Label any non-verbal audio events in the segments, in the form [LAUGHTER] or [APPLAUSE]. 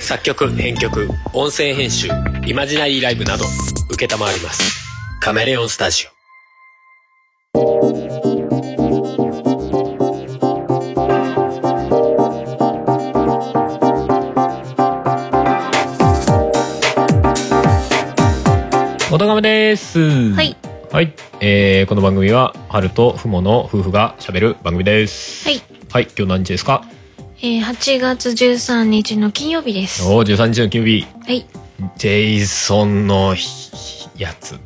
作曲編曲音声編集イマジナリーライブなど承りますカメレオンスタジオおとがめです。はは。い。はい。えー、この番組は、春とふもの夫婦が喋る番組です。はい。はい、今日何日ですかえー、8月13日の金曜日です。はおー、13日の金曜日。い。ジェイソンのひやつ、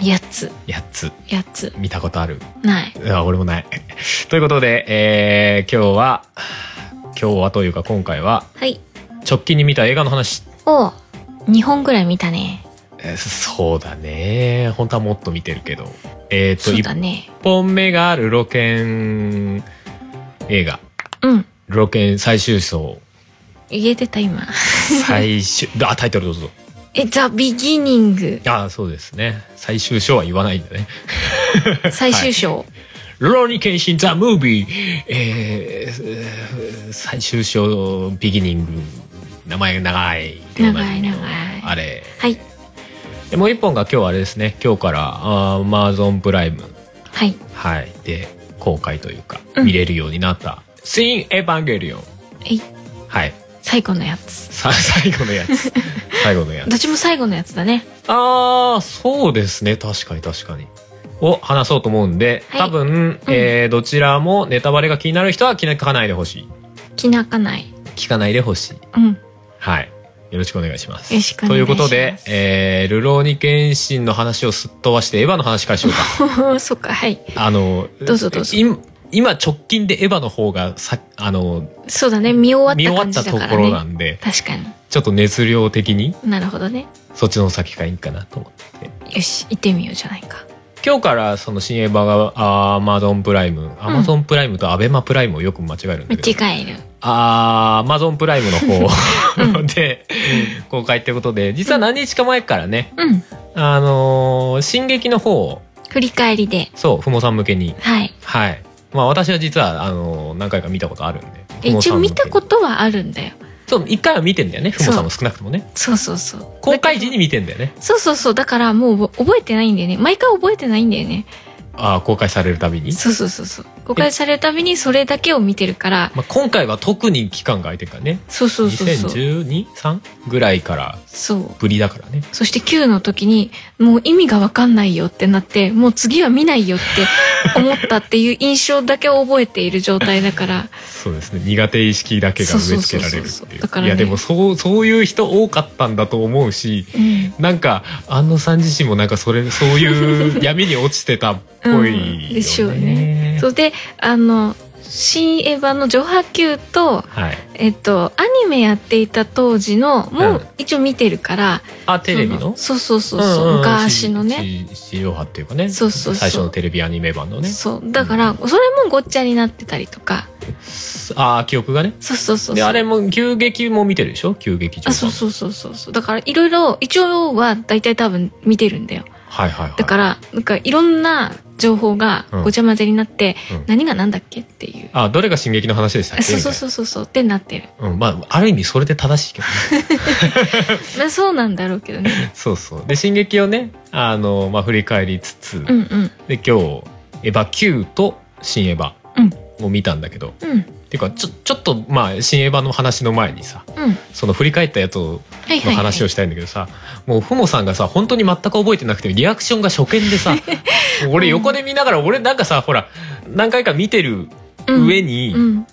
やつ。やつ、やつ。見たことある。ない。あ、俺もない。 [LAUGHS] ということで、えー、今日は、今日はというか今回は、はい。直近に見た映画の話。を、2本ぐらい見たね。えーそうだね。本当はもっと見てるけど。えっ、と、そう一だね。 1本目がルロケン映画。うん。ルロケン最終章。言えてた今。 [LAUGHS] 最終、 [LAUGHS] あ、タイトルどうぞ。え、ザ・ビギニング。あ、そうですね。最終章は言わないんだね。最終章。ロニケンシン・ザ・ムービー、えーえー最終章ビギニング名前が長いでおなじみの長い長いあれはい。でもう一本が今日あれですね今日からアマゾンプライム、はい。はい、で公開というか、うん見れるようになった「シン・エヴァンゲリオンえい、」はい最後のやつ。さ [LAUGHS] 最後のやつ最後のやつどっちも最後のやつだね。ああそうですね確かに確かにを話そうと思うんで、はい多分、えーどちらもネタバレが気になる人は気になかないでほしい気なかない。聞かないでほしいうん。 [LAUGHS] はいよろしくお願いしますよろしくお願いしますということで、えー、ルローニケンシンの話をすっ飛ばしてエヴァの話からし [LAUGHS] ようそっか、はい。かあのどうぞどうぞい今直近でエヴァの方がさあのそうだね。見終わ見っ終たわっ感たじだとかこらろなね。んで確かに。ちょっと熱量的になるほどね。そっちの先がいいかなと思ってよし、行ってみようじゃないか。今日からその新エヴァがアマゾンプライムアマゾンプライムとアベマプライムをよく間違えるんだけど間違える。アマゾンプライムの方 [LAUGHS] で公開ってことで実は何日か前からねうん。あのー進撃の方を振り返りで。そうふもさん向けにはい。はいまあ私は実はあのー何回か見たことあるんで一応見たこととはあるんだよそう一回は見てんだよねふもさんも少なくともねそうそうそう公開時に見てんだよねそうそうそうだからもう覚えてないんだよね毎回覚えてないんだよねああ公開されるたびに、そうそうそうそう誤解されるたびにそれだけを見てるからまあ、今回は特に期間が空いてるからねそうそうそうそう 2012?3? ぐらいからそうぶりだからねそして Q の時にもう意味が分かんないよってなってもう次は見ないよって [LAUGHS] 思ったっていう印象だけを覚えている状態だからそうですね苦手意識だけが植え付けられるそうそうっていそうそううだからいねやでもそうそういう人多かったんだと思うしうんなんか安野さん自身もなんかそれそういう闇に落ちてたっぽいよね、 [LAUGHS] うんでしょうねそれであの新エヴァの「ジョハ Q」とはいえっと、アニメやっていた当時のもうんう一応見てるから、あテレビのそのそうそうそうそう、んんん昔のね地地上波っていうかねそうそうそう最初のテレビアニメ版のねそうだからそれもごっちゃになってたりとかああ記憶がねそうそうそうそうであれも急激も見てるでしょ急激あそうそうそうそうそうだからいろいろ一応は大体多分見てるんだよはいはいはいだからなんかいろんな情報がうんごちゃ混ぜになって、うん何が何だっけっていう、あどれが進撃の話でしたっあけそうそうみそうそうそうってなってる、たいなうん、まあある意味それで正しいけどね [LAUGHS] まあ、そうなんだろうけどねそうそうで進撃をねあの、まあ、振り返りつつ、うんうんで今日エヴァ Q と新エヴァを見たんだけど、っうんていうかちょちょっとまあ新エヴァの話の前にさうんその振り返ったやつをはいはのい、話をしたいんだけどさ、もうふもさんがさ本当に全く覚えてなくてリアクションが初見 [LAUGHS] でさ俺横で見ながら俺なんかさほら何回か見てる上に、うん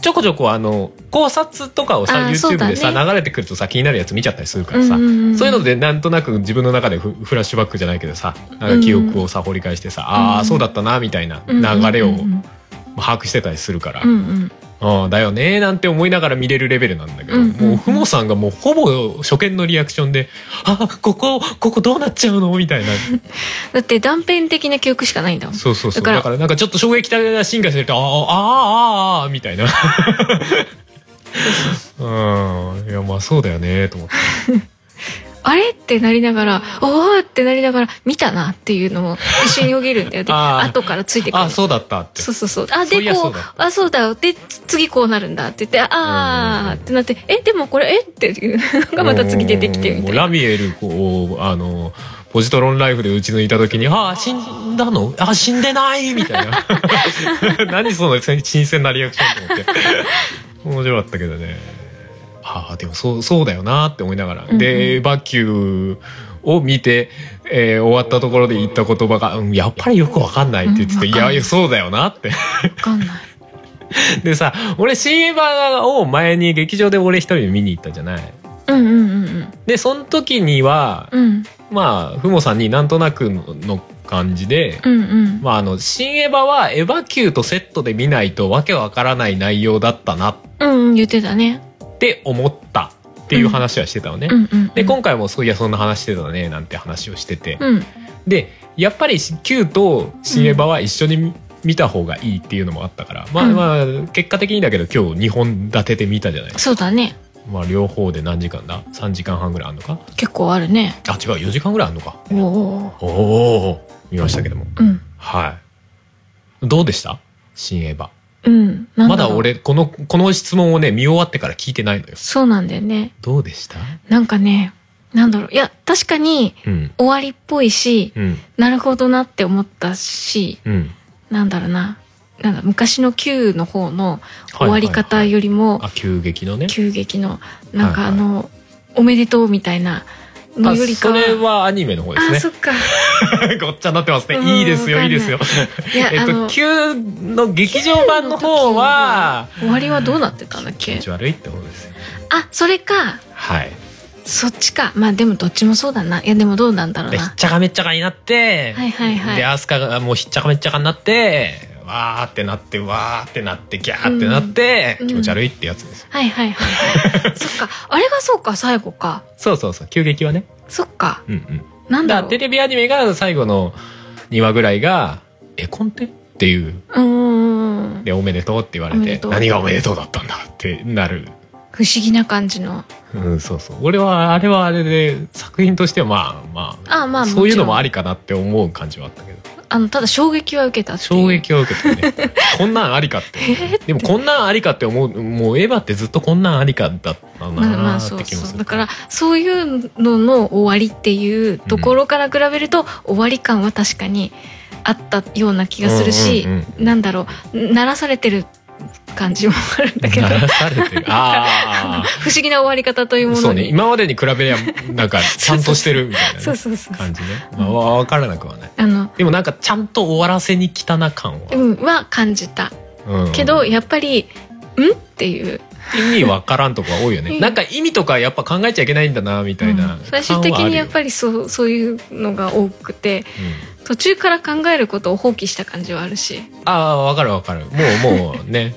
ちょこちょこあの考察とかをさあーそう YouTube だねでさ、流れてくるとさ気になるやつ見ちゃったりするかうらんさ、んんそういうのでなんとなく自分の中でフフラッシュバックじゃないけどさなんか記憶をさ掘り返してさ、あうあんそうだったなみたいなうんうんうんうん流れを把握してたりするから、うんうんうんだよねーなんて思いながら見れるレベルなんだけど、うんうんもうふもさんがもうほぼ初見のリアクションで「あここここどうなっちゃうの?」み [LAUGHS] たいなだって断片的な記憶しかないんだもんそうそうそうだだかかららなんかちょっと衝撃的な進化してると「あーあーあーあーみたいな。 [LAUGHS] うんいやまあそうだよねーと思ってあれってなりながら、おーってなりながら、見たなっていうのも一緒によぎるんだよね。 [LAUGHS] あー後からついてくる。あ、そうだったって。そうそうそう。あ、そういで、やこそううだ、あ、そうだよ。で、つ次こうなるんだって言って、あーってなって、え、でもこれ、えっていうのがまた次出てきてみたいもうな。ラミエルこうあのポジトロンライフでうち抜いた時に「ああ死んだのあ死んでない」みたい [LAUGHS] な何その新鮮なリアクションと思って面白かったけどねああでもそうそうだよなって思いながら、うんでバッキューを見て、えー終わったところで言った言葉が「うん、やっぱりよくわかんない」って言ってて「いうんわかんなやいいやそうだよな」ってわかんない。でさ俺シーバーを前に劇場で俺一人で見に行ったじゃないうんうんうんでその時にはうん。うんまあ、ふもさんになんとなくのの感じで、うんうん。まあ、あの、新エヴァはエヴァ級とセットで見ないとわけわからない内容だったなっうんうん、言ってたね。て思ったっていう話はしてたのね。うんうんうん。で、今回もそういや、そんな話してたね、なんて話をしてて。うん。で、やっぱり旧と新エヴァは一緒に見た方がいいっていうのもあったから、まあうんまあ、結果的にだけど今日2本立てて見たじゃないそうだね。まあ、両方で何時間だ ?3 時間半ぐらいあんのか結構あるね。あ、違う、4時間ぐらいあんのか。おお。おお見ましたけども。うん。はい。どうでした新エヴァ。うん。なんまだろう。俺、この、この質問をね、見終わってから聞いてないのよ。そうなんだよね。どうでしたなんかね、なんだろう。いや、確かにうん。終わりっぽいし、うん。なるほどなって思ったし、うん。なんだろうな。なんだ、昔の旧の方の終わりは方いはいはいよりも、あ、急激のね。急激の、なんかはあいはいの、おめでとうみたいなのあよりかそれはアニメの方であ、そすっ [LAUGHS] か。ね。ごっちゃになってますうね。んいいですよ、わいかいんないですよ。いや、えっあと、の、急の劇場版の方は、終わりはどうなってたんだっ気持けち悪いって方ですよ。あ、それか。はい。そっちか。まあでもどっちもそうだな。いやでもどうなんだろうで、ひっな。ちゃかめっちゃかになって、はいはいはいで、アスカがもうひっちゃかめっちゃかになって、わーってなって、わーってなって、ギャーってなって、うん気持ち悪いってやつですよ。はいはいはいはい。そっか。あれがそうか、最後か。そうそうそう、急激はね。そっか。うんうん。なんだかだらろう。テレビアニメが最後の2話ぐらいが、え、コンテっていう。うーん。で、おめでとうって言われおめでて、とう何がおめでとうだったんだってなる。不思議な感じの。うん、そうそう。俺は、あれはあれで、作品としてはまあまあ、あまあそういうのももちろんありかなって思う感じはあったけど。あの、ただ衝撃は受けたっていう衝。撃を受けてねこんなんありかってでもこんなんありかって思うもうエヴァってずっとこんなんありかだったまあまなあーそってう気もすそう。るだから、そういうのの終わりっていうところから比べると、終わり感は確かにあったような気がするし、うんうんうんなんだろう、鳴らされてる感じもあるんだけど、鳴らされてるあ不思議な終わり方というあものに。そうね今までに比べりゃなん [LAUGHS] かちゃんとしてるみたいなそうねそうそうそう感じねまあわわからなくはないあの、でもなんかちゃんと終わらせに来たな感は、うん、は感じた。うんけど、やっぱり、んっていう。意味わからんとこが多いよねなんか意味とかやっぱ考えちゃいけないんだなみたいな、うん最終的にやっぱりそう、そういうのが多くて、り、うん途中から考えることを放棄した感じはあるし。ああわかるわかるもうもう [LAUGHS] ね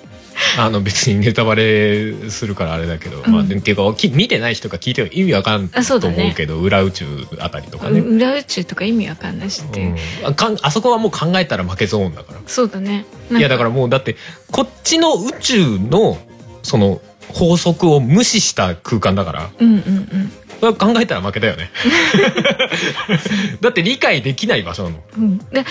あの別にネタバレするからあれだけど、うんまあでも結構き見てない人が聞いても意味わかんあそうとだね思うけど裏宇宙あたりとかね、うん裏宇宙とか意味わかんないしっていう。あかんあそこはもう考えたら負けゾーンだからそうだね。なんいやだからもうだってこっちの宇宙のその法則を無視した空間だからうんうんそれは考えたら負けだよね [LAUGHS] [LAUGHS] だって理解できない場所なのうん。うん、で、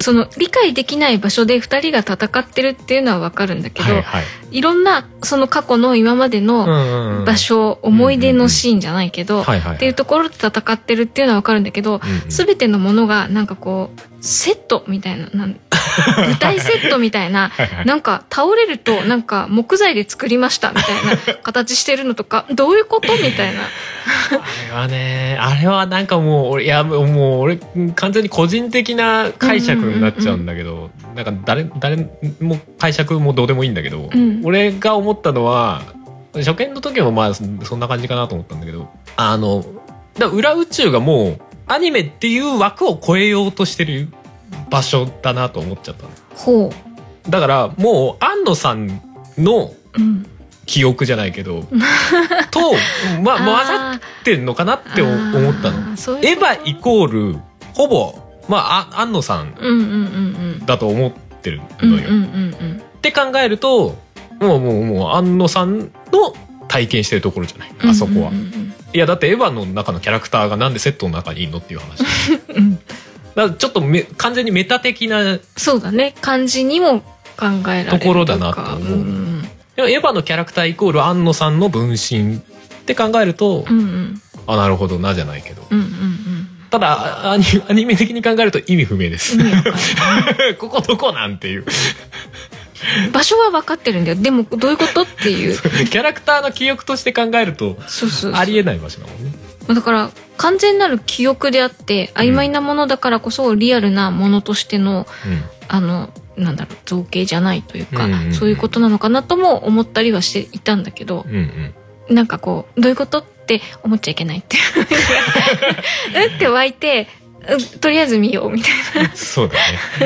その理解できない場所で二人が戦ってるっていうのはわかるんだけど、はいいはい、ろんなその過去の今までうんのうんうん場所、思い出のシーンじゃないけど、はいはいはいっていうところで戦ってるっていうのはわかるんだけど、うんうんすべてのものがなんかこう、セットみたいな、なん [LAUGHS] 舞台セットみたいな、はいはいなんか倒れるとなんか木材で作りましたみ [LAUGHS] たいな形してるのとか、どういうことみたいな。あれはねあれはなんかもう俺いやもう俺うん完全に個人的な解釈になっちゃうんだけど、なんか誰誰も解釈もどうでもいいんだけど、うん俺が思ったのは初見の時もまあそそんな感じかなと思ったんだけどあのだから裏宇宙がもうアニメっていう枠を超えようとしてる場所だなと思っちゃったのほだからもう安野さんのう。うん。記憶じゃないけ [LAUGHS] どと、まあ、混ざあーってんのかなって思ったの。あーそういうエことヴァイコールほぼまああ安野さんうんうんうんだと思ってるうん。うんうのんよ。うんうん。って考えるともうもうもう安野さんの体験してるところじゃないあそこは。うんうんうんうんいやだってエヴァの中のキャラクターがなんでセットの中にいんのっていう話だかうん。らちょっとめ完全にメタ的なそうだね。漢字にも考えられるところだなと思うんでもエヴァのキャラクターイコール安野さんの分身って考えると、うんうんあなるほどなじゃないけどうんうんうん。ただアニアニメ的に考えると意味不明です意味 [LAUGHS] わかんなここどこなんていうい場所は分かってるんだよでもどういうことっていうキャラクターの記憶として考えるとそうそうありえない場所だもんねだから完全なる記憶であって曖昧なものだからこそリアルなものとしてのあのなんだろう造形じゃないというか、うんうんうんそういうことなのかなとも思ったりはしていたんだけどうんうんうんなんかこうどういうことって思っちゃいけないって [LAUGHS] うって湧いてうんとりあえず見ようみたいそうだ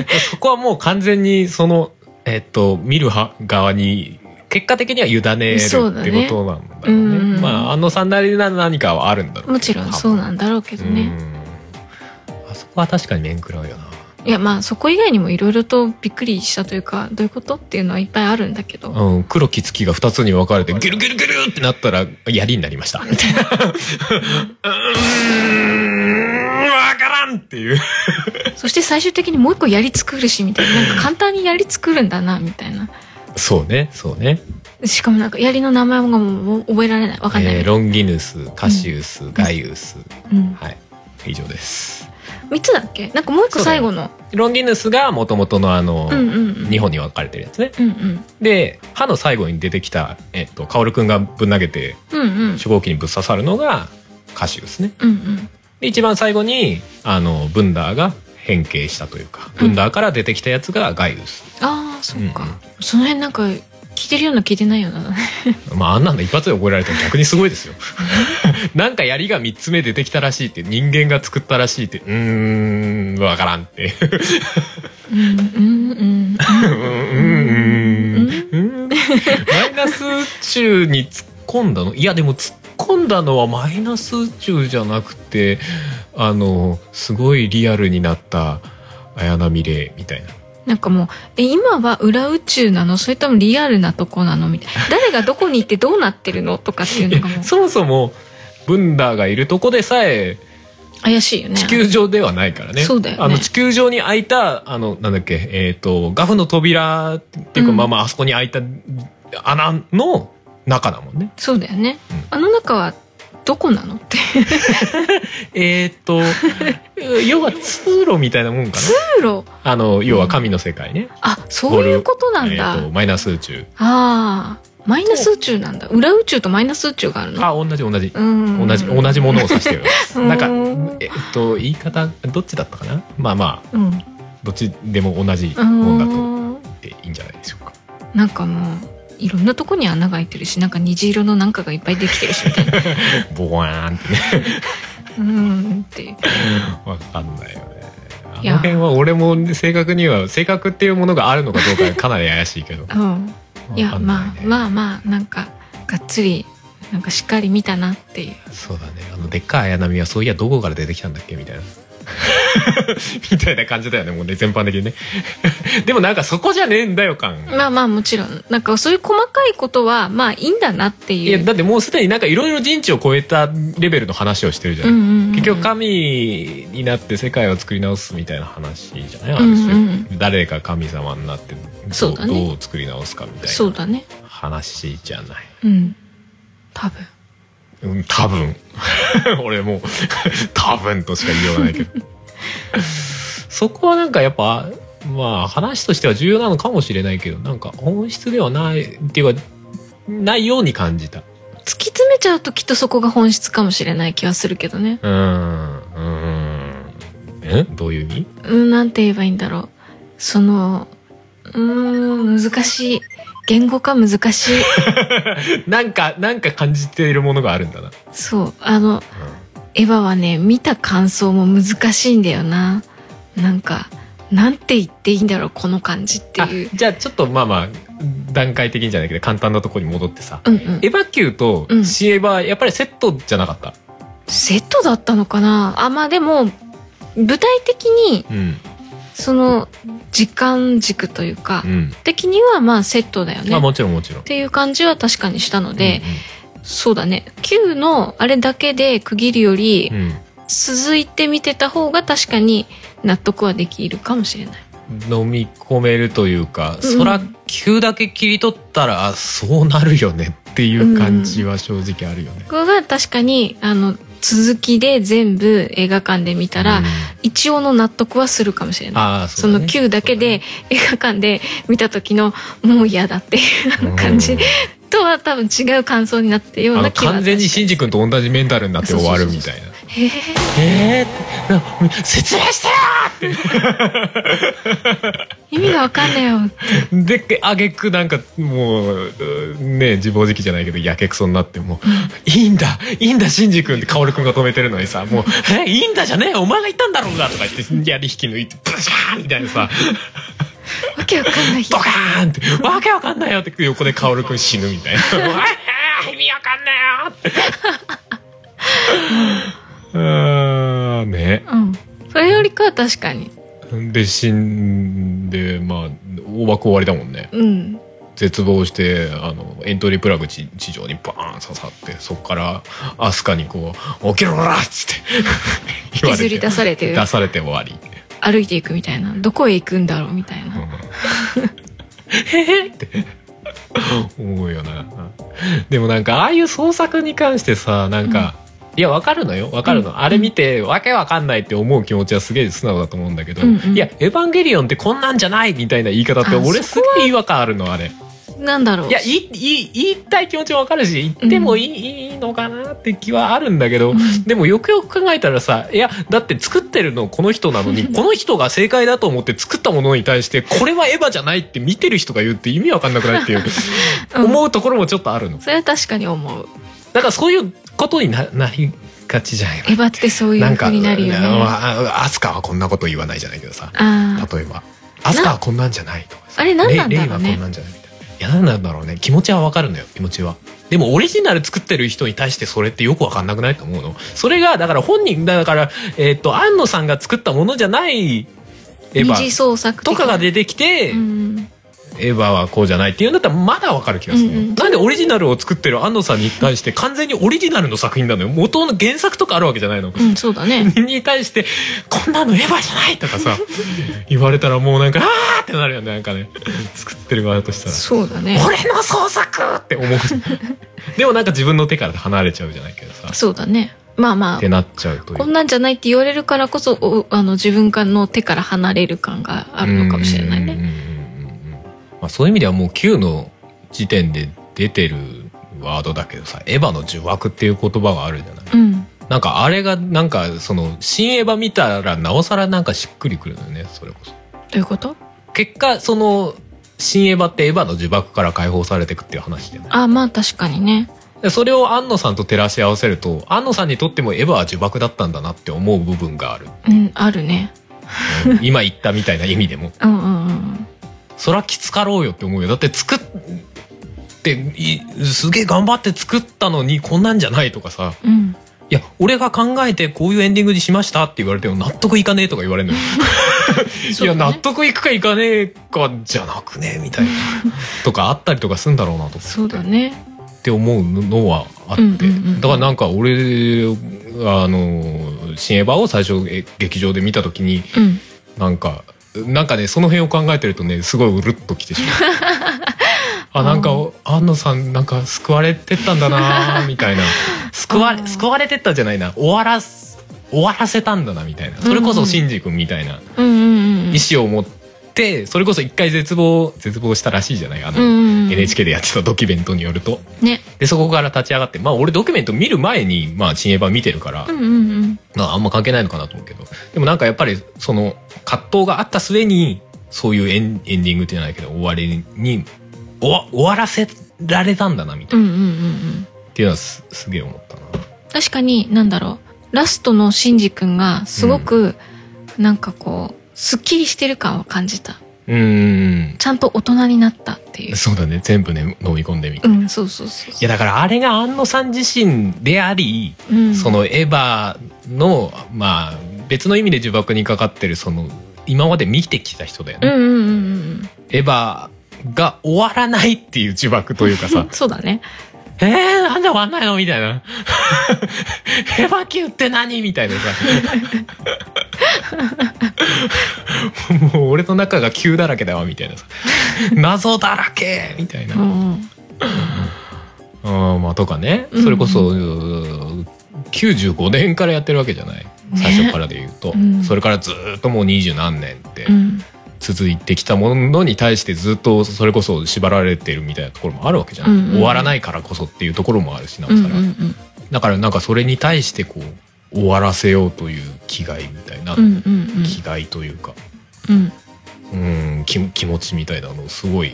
ね。そこはもう完全にその、えっと、見るは側に、結果的には委ねるってそうだねことなんだろうね。うんまあ、安野さんなりな何かはあるんだろうなもちろんそうなんだろうけけどどね。ね、うんあそこは確かに面食らうよな。いやまあそこ以外にもいろいろとびっくりしたというかどういうことっていうのはいっぱいあるんだけど、うん、黒き月が2つに分かれて、ギュルギュルギュルってなったら、槍になりま [LAUGHS] した。うーん、わからんっていう。そして最終的にもう一個やり作るしみたいななんか簡単にやり作るんだなみたいなそうね、そうね。しかもなんか槍の名前がもう覚えられないわかんない、えーロンギヌス、カシウス、ガイウス。うん、はい。以上です。 3つだっけなんかもう一個最後のロンギヌスがもともとのあの、うんうんうん日本に分かれてるやつね。うんうんで、歯の最後に出てきた、えっと、カオルくんがぶん投げて、うんうん初号機にぶっ刺さるのがカシウスね。うんうんで、一番最後に、あの、ブンダーが変形したというか、うんブンダーから出てきたやつがガイウス。ああそっか、うんその辺なんか聞いてるような聞いてないようなまあ、あんなんで一発で覚えられたら逆にすごいです [LAUGHS] よ。なんか槍が3つ目出てきたらしいって、人間が作ったらしいって、うーん、わからんって。うんうんうんうんうんマイナス宇宙に突っ込んだのいやでも突っ込んだのはマイナス宇宙じゃなくてあのすごいリアルになった綾波レイみたいななんかもうえ今は裏宇宙なのそれともリアルなとこなのみたいな誰がどこに行ってどうなってるのとかっていうのがいもやうそもそもブンダーがいるとこでさえ怪しいよね地球上ではないからねそうだよねあの地球上に開いたあのなんだっけえっ、とガフの扉っていうか、うんまあまああそこに開いた穴の中だもんねそうだよね、うあの中はどこなのっていうえーっ [LAUGHS] と要は通路みたいなもんかな通路あの要は神の世界ね、 [LAUGHS] あそういうことなんだ、えーっとマイナス宇宙ああマイナス宇宙なんだ裏宇宙とマイナス宇宙があるのあ同じ同じうん同じ同じものを指してるうんなんかえーっと言い方どっちだったかなまあまあうんどっちでも同じうもんだと言んっていいんじゃないでしょうかなんかもういろんなとこに穴が開いてるしなんか虹色のなんかがいっぱいできてるしみたいな [LAUGHS] ボワーンってねうんってわかんないよねあいやの辺は俺も正確には正確っていうものがあるのかどうかかなり怪しいけどうんいやわかんなまねあまあまあなんかがっつりなんかしっかり見たなっていうそうだねあのでっかい綾波はそういやどこから出てきたんだっけみたいな [LAUGHS] みたいな感じだよねもうね全般的にね [LAUGHS] でもなんかそこじゃねえんだよ感まあまあもちろんなんかそういう細かいことはまあいいんだなっていういやだってもうすでになんかいろいろ人知を超えたレベルの話をしてるじゃうなんい、うんうん結局神になって世界を作り直すみたいな話じゃないあうんるうん種、誰が神様になってどうそうだねどう作り直すかみたいそうだねな話じゃないうん多分うん多分 [LAUGHS] 俺もう多分としか言いようがないけど [LAUGHS] そこはなんかやっぱまあ話としては重要なのかもしれないけどなんか本質ではないっていうかないように感じた突き詰めちゃうときっとそこが本質かもしれない気はするけどねうーんうーんんどういう意味うんなんて言えばいいんだろうそのうーん難しい言語化難しい [LAUGHS] なんかなんか感じているものがあるんだな、そうあのエヴァはね見た感想も難しいんだよななんかなんて言っていいんだろうこの感じってあいうじゃあちょっとまあまあ段階的にじゃないけど簡単なところに戻ってさ、うんうんエヴァ級とうんシエヴァやっぱりセットじゃなかった、セットだったのかなあまあでも舞台的にうんその時間軸というか、うん的にはまあセットだよねまあっもちろんもちろんていう感じは確かにしたので、うんうんそうだね Q のあれだけで区切るより、うん続いて見てた方が確かに納得はできるかもしれない飲み込めるというか、うんそら急だけ切り取ったらあそうなるよねっていう感じは正直あるよね。ここが確かにあの続きで全部映画館で見たら、うん一応の納得はするかもしれないああそ,、うねの Q だけで映画館で見た時のもう嫌だっていううん感じとは多分違う感想になってるようあのな気は完全にシンジ君と同じメンタルになって終わるみたいな。へええーってな説明して意味がわかんないよよであげくなんかもううんね自暴自棄じゃないけどやけくそになってもう「いいんだいいんだシンジ君」って薫君が止めてるのにさもう「えいいんだじゃねえよお前が言ったんだろうが」とか言って槍引き抜いてブシャーンみたいなさ。わけわかんないドカーンって、わけわかんないよって横で薫くん死ぬみたい [LAUGHS] な。わあ意味わかんないよって。うーんね。うんそれよりかは確かにで、死んで、まあ、大箱終わりだもんね。うん絶望して、あの、エントリープラグ地地上にバーン刺さって、そこから、アスカにこう、起きろほらっつって、引きずり出さ [LAUGHS] れて出されて終わり。歩いていくみたいなどこへ行くんだろうみたいな、 [LAUGHS] 思うよなでもなんかああいう創作に関してさなんか、いやわかるのよわかるの、うんあれ見てわけわかんないって思う気持ちはすげえ素直だと思うんだけど、うんうんいや「エヴァンゲリオンってこんなんじゃない」みたいな言い方ってあ俺すそげえ違和感あるのあれなんだろういやいいいい言いたい気持ちもわかるし言ってもいい,、いいのかなって気はあるんだけど、うんでもよくよく考えたらさいやだって作ってるのこの人なのにこの人が正解だと思って作ったものに対してこれはエヴァじゃないって見てる人が言うって意味わかんなくないっていう、 [LAUGHS] うん思うところもちょっとあるのそれは確かに思うだからそういうことにななりがちじゃないエヴァってそういなうんか風になるよねうんああアスカはこんなこと言わないじゃないけどさあ例えばアスカはこんなんじゃないとかさあれ何なんだろうねレイレイはこんなんじゃないみたいないや何なんだろうね気持ちはわかるのよ気持ちはでもオリジナル作ってる人に対してそれってよくわかんなくないと思うのそれがだから本人だからえっ、と安野さんが作ったものじゃないエ二ヴ次ァ創作的となかが出てきて、うんエヴァはこうじゃないっていうんだったらまだわかる気がするよ、うんうんなんでオリジナルを作ってる安藤さんに対して完全にオリジナルの作品なのよ元の原作とかあるわけじゃないの、うんそう [LAUGHS] だねに対してこんなのエヴァじゃないとかさ言われたらもうなんかあーってなるよねなんかね作ってる側としたらそうだね俺の創作って思うでもなんか自分の手から離れちゃうじゃないけどさそうだねまあまっあてなっちゃうというこんなんじゃないって言われるからこそおあの自分の手から離れる感があるのかもしれないね。うんうんうんうんうん。まあそういう意味ではもう Q の時点で出てるワードだけどさ、エヴァの呪縛っていう言葉があるじゃない。うん、なんかあれがなんかその新エヴァ見たらなおさらなんかしっくりくるのよね、それこそ。どういうこと結果その新エヴァってエヴァの呪縛から解放されてくっていう話じゃない。あまあ確かにね。でそれを安野さんと照らし合わせると、安野さんにとってもエヴァは呪縛だったんだなって思う部分 [LAUGHS] がある。うんあるね。うん今言ったみたいな意味でも。うんうんうん。そらきつかろうよって思うよだって作っていすげえ頑張って作ったのにこんなんじゃないとかさうん、いや俺が考えてこういうエンディングにしましたって言われても納得いかねえとか言われるのよ、い [LAUGHS] そうやだね納得いくかいかねえかじゃなくねえみ [LAUGHS] たいなとかあったりとかすんだろうなとかそうだね。って思うのはあって、うんうんうんだからなんか俺あの新エヴァを最初え劇場で見た時にうん。なんか、なんかね、その辺を考えてるとね、すごいうるっときて [LAUGHS] しまう。あ、なんか、安野さん、なんか救われてったんだなーみたいな。救わあれ、ー救われてったじゃないな、終わらす、終わらせたんだな、みたいな。それこうんうそ、んシンジ君みたいなうんうんうん。意志を持って、それこそ一回絶望、絶望したらしいじゃないあうんの、うんうん、 NHK でやってたドキュメントによると。ね。で、そこから立ち上がって、まあ、俺ドキュメント見る前に、まあ、新エヴァ見てるからう、んうんうん。まあ、あんま関係ないのかなと思うけどでもなんかやっぱりその葛藤があった末にそういうエンエンディングってじゃないけど終わりに終わ終わらせられたんだなみたういんな、うんうんうん。っていうのはすすげえ思ったな確かに何だろうラストのシンジ君がすごく、なんかこうすっきりしてる感を感じたうーんちゃんと大人になったっていうそうだね全部ね飲み込んでみて、ういんそうそうそうそやだからあれが安野さん自身であり、う、うん、そのエヴァのまあ別の意味で呪縛にかかってるその今まで見てきた人だようね、んうんうんうんエヴァが終わらないっていう呪縛というかうさんそうだね [LAUGHS] えー、なんで終わんないのみたい [LAUGHS] な。ヘバキューって何みたいなさ。 [LAUGHS] もう俺の中が急だらけだわ、みたいなさ。謎だらけみたいな。うんあーまあとかねうんそれこそ、うー95年からやってるわけじゃない最初からで言うと、うんそれからずーっともう二十何年ってうん続いてきたものに対してずっとそれこそ縛られてるみたいなところもあるわけじゃない、うんうん終わらないからこそっていうところもあるしなおうんうさんら、だからなんかそれに対してこう終わらせようという気概みたいな、うんうんうん気概というかうんうん気気持ちみたいなのをすごい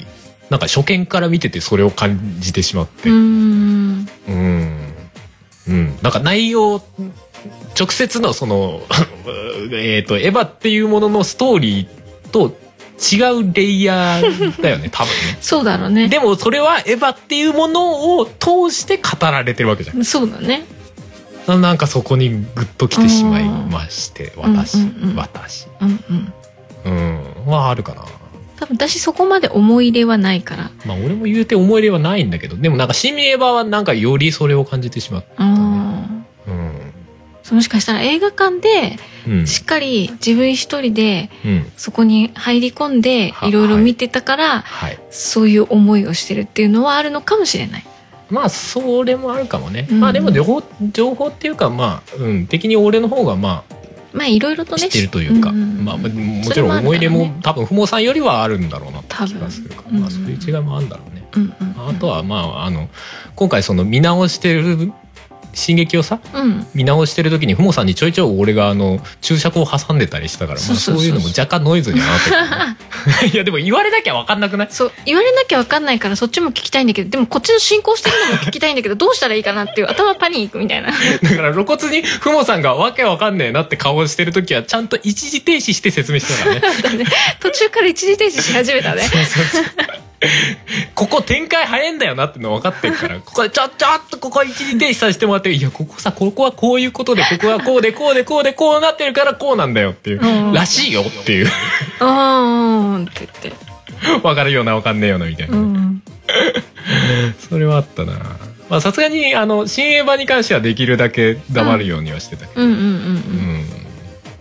なんか初見から見ててそれを感じてしまって、うんうん。うん。なんか内容、直接のその、 [LAUGHS] えっと、エヴァっていうもののストーリーと違うレイヤーだよね、多分ね。そうだろう [LAUGHS] ねでもそれはエヴァっていうものを通して語られてるわけじゃんそうだねな。なんかそこにグッと来てしまいまして、うん私、うんうんうん私。うんうんうん。はあるかな。多分私そこまで思い入れはないからまあ俺も言うて思い入れはないんだけど、でもなんか新エヴァはなんかよりそれを感じてしまった。あうん。あもしかしたら映画館でうん。しっかり自分一人でうん。そこに入り込んではいろいろ見てたから、はい。そういう思いをしてるっていうのはあるのかもしれないまあそれもあるかもね、うんまあでも情報情報っていうかまあうん的に俺の方がままあいろいろとあ知ねってるというか、んんんまあまあもそちれろんある思い入れからもね多分不毛さんよりはあるんだろうなって多分気がするからうんまあそういう違いもあるんだろうね、うんうんうんあとはまああの今回その見直してる進撃をさうん見直してる時に不毛さんにちょいちょい俺があの注釈を挟んでたりしたからまあそうそそううそうそういうのも若干ノイズにはなってく [LAUGHS] るねいやでも言われなきゃ分かんなくないそう言われなきゃ分かんないからそっちも聞きたいんだけどでもこっちの進行してるのも聞きたいんだけど [LAUGHS] どうしたらいいかなっていう頭パニックみたいな [LAUGHS] だから露骨にふもさんがわけわかんねえなって顔をしてるときはちゃんと一時停止して説明してたから [LAUGHS] ね途中から一時停止し始めたねそうそうそうここ展開早いんだよなっての分かってるからここでちょちょっとここ一時停止させてもらっていやここさここはこういうことでここはこうでこうでこうでこうなってるからこうなんだよっていううんらしいよって [LAUGHS] いううーんって言って分かるような分かんねえようなみたいなうね、んそれはあったなまあさすがにあの新映画に関してはできるだけ黙るようにはしてたけど、うんうんうんうんうん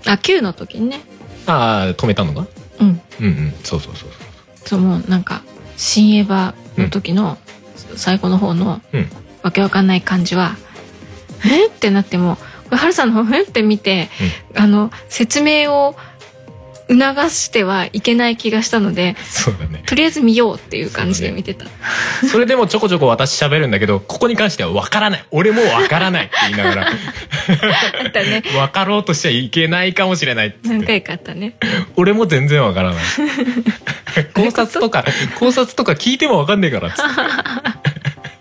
あ9の時にねああ止めたのがうんうんうんそうそうそうそうそうもうなんか「新エヴァ」の時の最後の方のうんわけわかんない感じは「えっ?」てなってもこれハルさんの方「えっ?」て見て、あの説明を促してはいけない気がしたのでそうだねとりあえず見ようっていう感じで見てた、それでもちょこちょこ私喋るんだけど、ここに関してはわからない。俺もわからないって言いながら、あった [LAUGHS] ねわかろうとしちゃいけないかもしれないっつっ何て。回かあったね俺も全然わから [LAUGHS] ない。考察とか、考察とか聞いてもわかんねえからっ [LAUGHS] つって。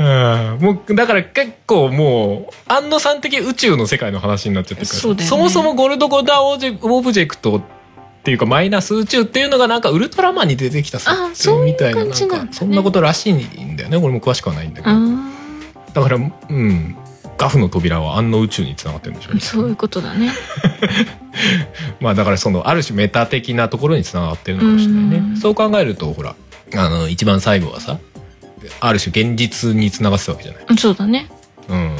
うんもうだから結構もう安野さん的宇宙の世界の話になっちゃってるからそうだよねもそもゴルドゴダオブジェオブジェクトっていうかマイナス宇宙っていうのがなんかウルトラマンに出てきたあそういうみたいな感じなんだねんかそんなことらしいんだよね俺も詳しくはないんだけあどーだからうんガフの扉は安野宇宙に繋がってるんでしょうねそういうことだねまあだからそのある種メタ的なところにつながってるのかもしれないうんねそう考えるとほらあの一番最後はさある種現実につながってたわけじゃない、そうだねうん、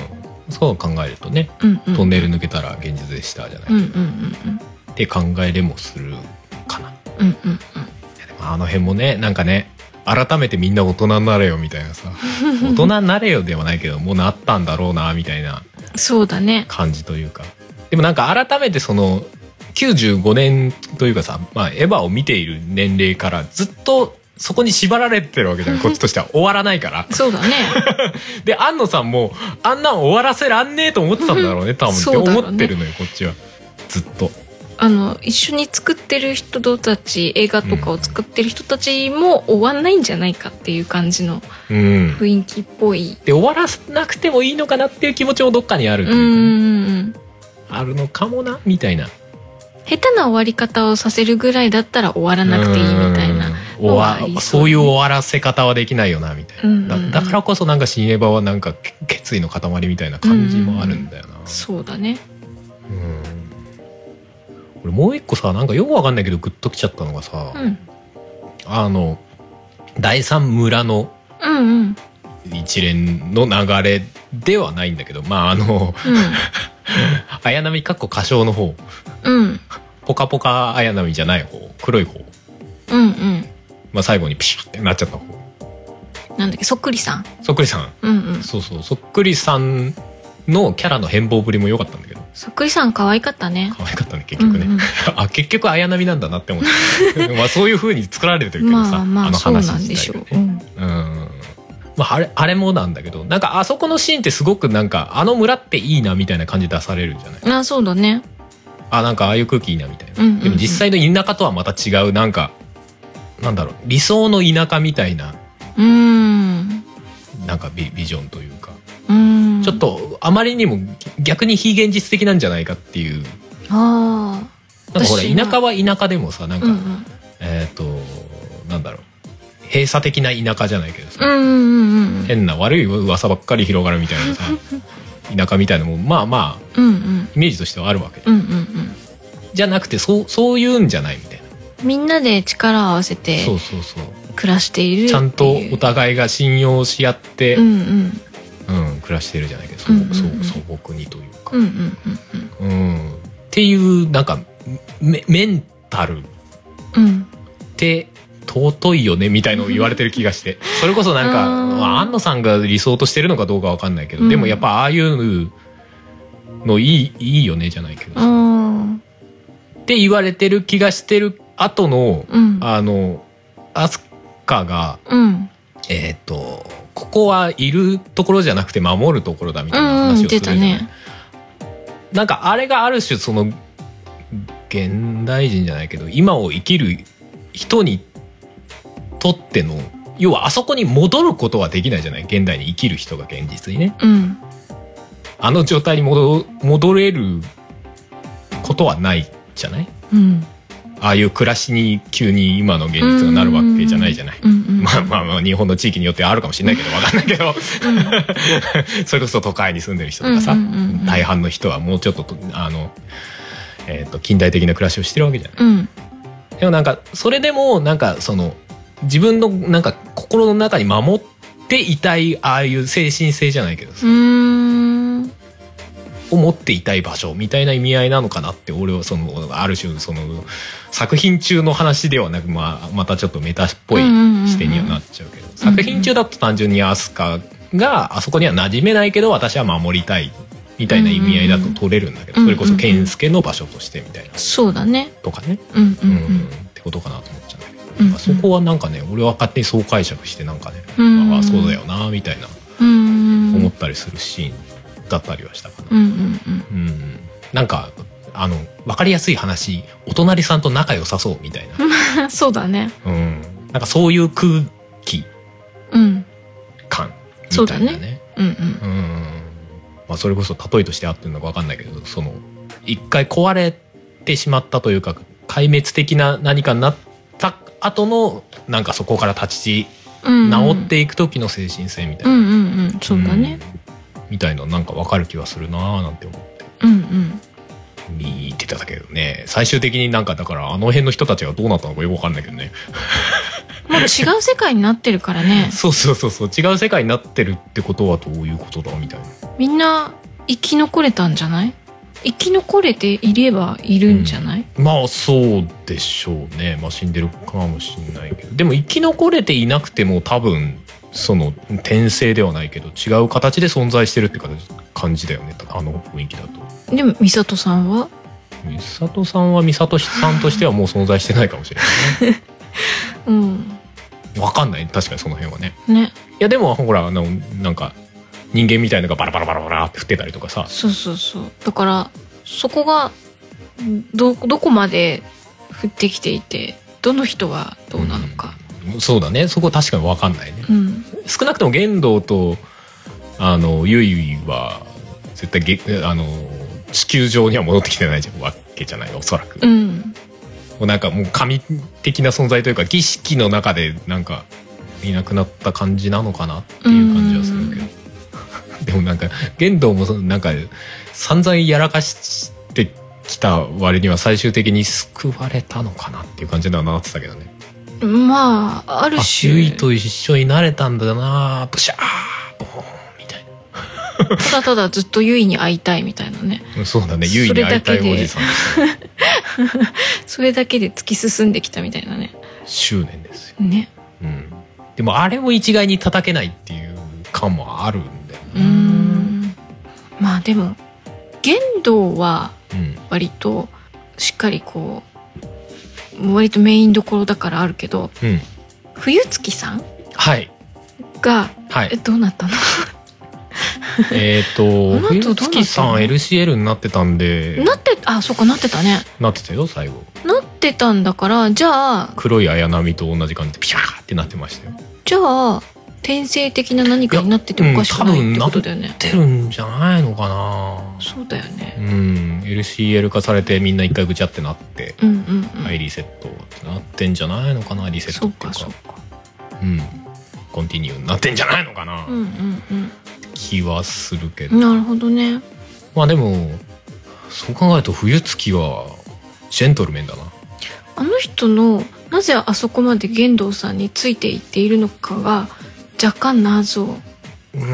そう考えるとねうんうんトンネル抜けたら現実でしたじゃない、うんうっんうんうんて考えれもするかなうんうんいやでもあの辺もねなんかね改めてみんな大人になれよみたいな [LAUGHS] さ大人になれよではないけどもうなったんだろうなみたいなそうだね感じというかでもなんか改めてその95年というかさ、まあ、エヴァを見ている年齢からずっとそこに縛られてるわけじゃんこっちとしては終わらないからそうだねで安野さんもあんなん終わらせらんねえと思ってたんだろうね多分ってそうだろうね思ってるのよこっちはずっとあの一緒に作ってる人たち映画とかを作ってる人たちも終わんないんじゃないかっていう感じのうん雰囲気っぽいで終わらなくてもいいのかなっていう気持ちもどっかにあるうというかねんあるのかもなみたいな下手な終わり方をさせるぐらいだったら終わらなくていいみたいなうん終わ終わりそうそういう終わらせ方はできないよなみたいな、うんうんうんだだからこそなんか新エヴァはなんかけ決意の塊みたいな感じもあるんだよな、そうだねうん俺もう一個さなんかよくわかんないけどグッときちゃったのがさ、うんあの第三村のうんうん一連の流れではないんだけどまああの綾波かっこ歌唱の方うんうんポカポカ綾波じゃない方黒い方、うんうんまあ、最後にピシュってなっちゃった方なんだっけそっくりさんそっくりさんうんうんそうそうそっくりさんのキャラの変貌ぶりも良かったんだけどそっくりさん可愛かったね可愛かったね結局ね、うんうん [LAUGHS] あ結局綾波なんだなって思って [LAUGHS] まあそういう風に作られてるけどさ、まあまあのそう話なんで自し体ょがうね、うんまあ、あれあれもなんだけどなんかあそこのシーンってすごくなんかあの村っていいなみたいな感じ出されるじゃないうんあそうだねあなんかああいう空気いいなみたいな、うんうんうんでも実際の田舎とはまた違うなんかなんだろう理想の田舎みたいなうーんなんかビビジョンというか、うーんちょっとあまりにも逆に非現実的なんじゃないかっていうあなんかほら私は田舎は田舎でもさなんあか、うんうんえっ、となんだろう閉鎖的な田舎じゃないけどさ、うんうんうんうん変な悪い噂ばっかり広がるみたいな [LAUGHS] さ田舎みたいなのもまあまあうんうんイメージとしてはあるわけうんうんうんじゃなくてそうそういうんじゃないみたいな、みんなで力を合わせてそうそうそう暮らしているっていうちゃんとお互いが信用し合って、ううんんうん暮らしてるじゃないけど、うんうんうんそうそう素朴にというか、うんうんうんうんっていうなんかメメンタルっうんうんて尊いよねみたいのを言われてる気がしてそれこそなんかあーまあ、安野さんが理想としてるのかどうかわかんないけど、うんでもやっぱああいうのいいいいよねじゃないけど、っあて言われてる気がしてる後のあうんあのアスカがうんえっ、とここはいるところじゃなくて守るところだみたいなうんう話んをする出じたゃない、ねなんかあれがある種その現代人じゃないけど今を生きる人にとっての要はあそこに戻ることはできないじゃない現代に生きる人が現実にねうんあの状態に戻戻れることはないじゃないうんああいう暮らしに急に今の現実がなるわけじゃないじゃないうんうんまあまあまあ日本の地域によってあるかもしれないけどわかんないけど [LAUGHS] それこそ都会に住んでる人とかさ、うんうんうんうん大半の人はもうちょっととあの、えー、と近代的な暮らしをしてるわけじゃなうんいでもなんかそれでもなんかその自分のなんか心の中に守っていたいああいう精神性じゃないけどうさ、ーんを持っていたい場所みたいな意味合いなのかなって俺はそのある種その作品中の話ではなく、まあ、またちょっとメタっぽいうんうんうんうん視点にはなっちゃうけど、作品中だと単純にアスカがあそこには馴染めないけど私は守りたいみたいな意味合いだと取れるんだけど、そうんうんうれんこそ健介の場所としてみたいなそうだねとかね、うんううんんってことかなと思っちゃうんだけど、うんうんまあそこはなんかね俺は勝手にそう解釈してなんかね、うんうんああそうだよなみたいなうんうん思ったりするシーンだったりはしたかな。うんうんうんうん、なんかあの分かりやすい話お隣さんと仲良さそうみたいな、あ [LAUGHS] そうだねうん、なんかそういう空気うん感そみうただいなねねうんうんうんまあ、それこそ例えとして合ってるのか分かんないけどその一回壊れてしまったというか壊滅的な何かになった後のなんかそこから立ちうんうん直っていく時の精神性みたいうな、んうんうんそうだねうん、みたいななんか分かる気はするなーなんて思って。うんうん見てただけどね最終的になんかだからあの辺の人たちがどうなったのかよくわかんないけどねもう違う世界になってるからねそうそうそうそう違う世界になってるってことはどういうことだみたいなみんな生き残れたんじゃない生き残れていればいるんじゃない、まあそうでしょうねまあ死んでるかもしんないけどでも生き残れていなくても多分その転生ではないけど違う形で存在してるって形感じだよねあの雰囲気だとでも美里さんは美里さんは美里さんとしてはもう存在してないかもしれないうんねわかんない確かにその辺はねねいやでもほらあのなんか人間みたいのがバラバラバラバラって振ってたりとかさそうそうそうだからそこがどどこまで降ってきていてどの人はどうなのかそうだねそこ確かに分かんないねうん少なくとも玄道とあのゆいゆいは絶対げあの地球上には戻ってきてないわけじゃないおそらく、うもんうなんかもう神的な存在というか儀式の中でなんかいなくなった感じなのかなっていう感じはするけど、でもなんか玄道もそのなんか散々やらかしてきた割には最終的に救われたのかなっていう感じにはなってたけどね。まああるあ種周囲と一緒になれたんだなプシャーおーみたいただただずっとゆいに会いたいみたいなねなそうだねゆいに会いたいおじさんそれだけで突き進んできたみたいなね執念ですよ、ねうん、でもあれも一概に叩けないっていう感もあるんだよねうーんまあでも言動はうん割としっかりこう割とメインどころだからあるけどうん冬月さんはいがはえいどうなったのえっ、あと [LAUGHS] の後どうな冬ったの月さん LCL になってたんでなってあそうかなってたねなってたよ最後なってたんだからじゃあ黒い綾波と同じ感じでピシャーってなってましたよじゃあ転生的な何かになっててもおかしくないってことだよね、出るんじゃないのかなそうだよねうん LCL 化されてみんな一回ぐちゃってなってうんうんうん、はいリセットってなってんじゃないのかなリセッそトっうていうかかそうかうんコンティニューになってんじゃないのかな、うんうん気はするけど、うんなるほどねまあでもそう考えると冬月はジェントルメンだなあの人のなぜあそこまで玄道さんについていっているのかが若干謎うー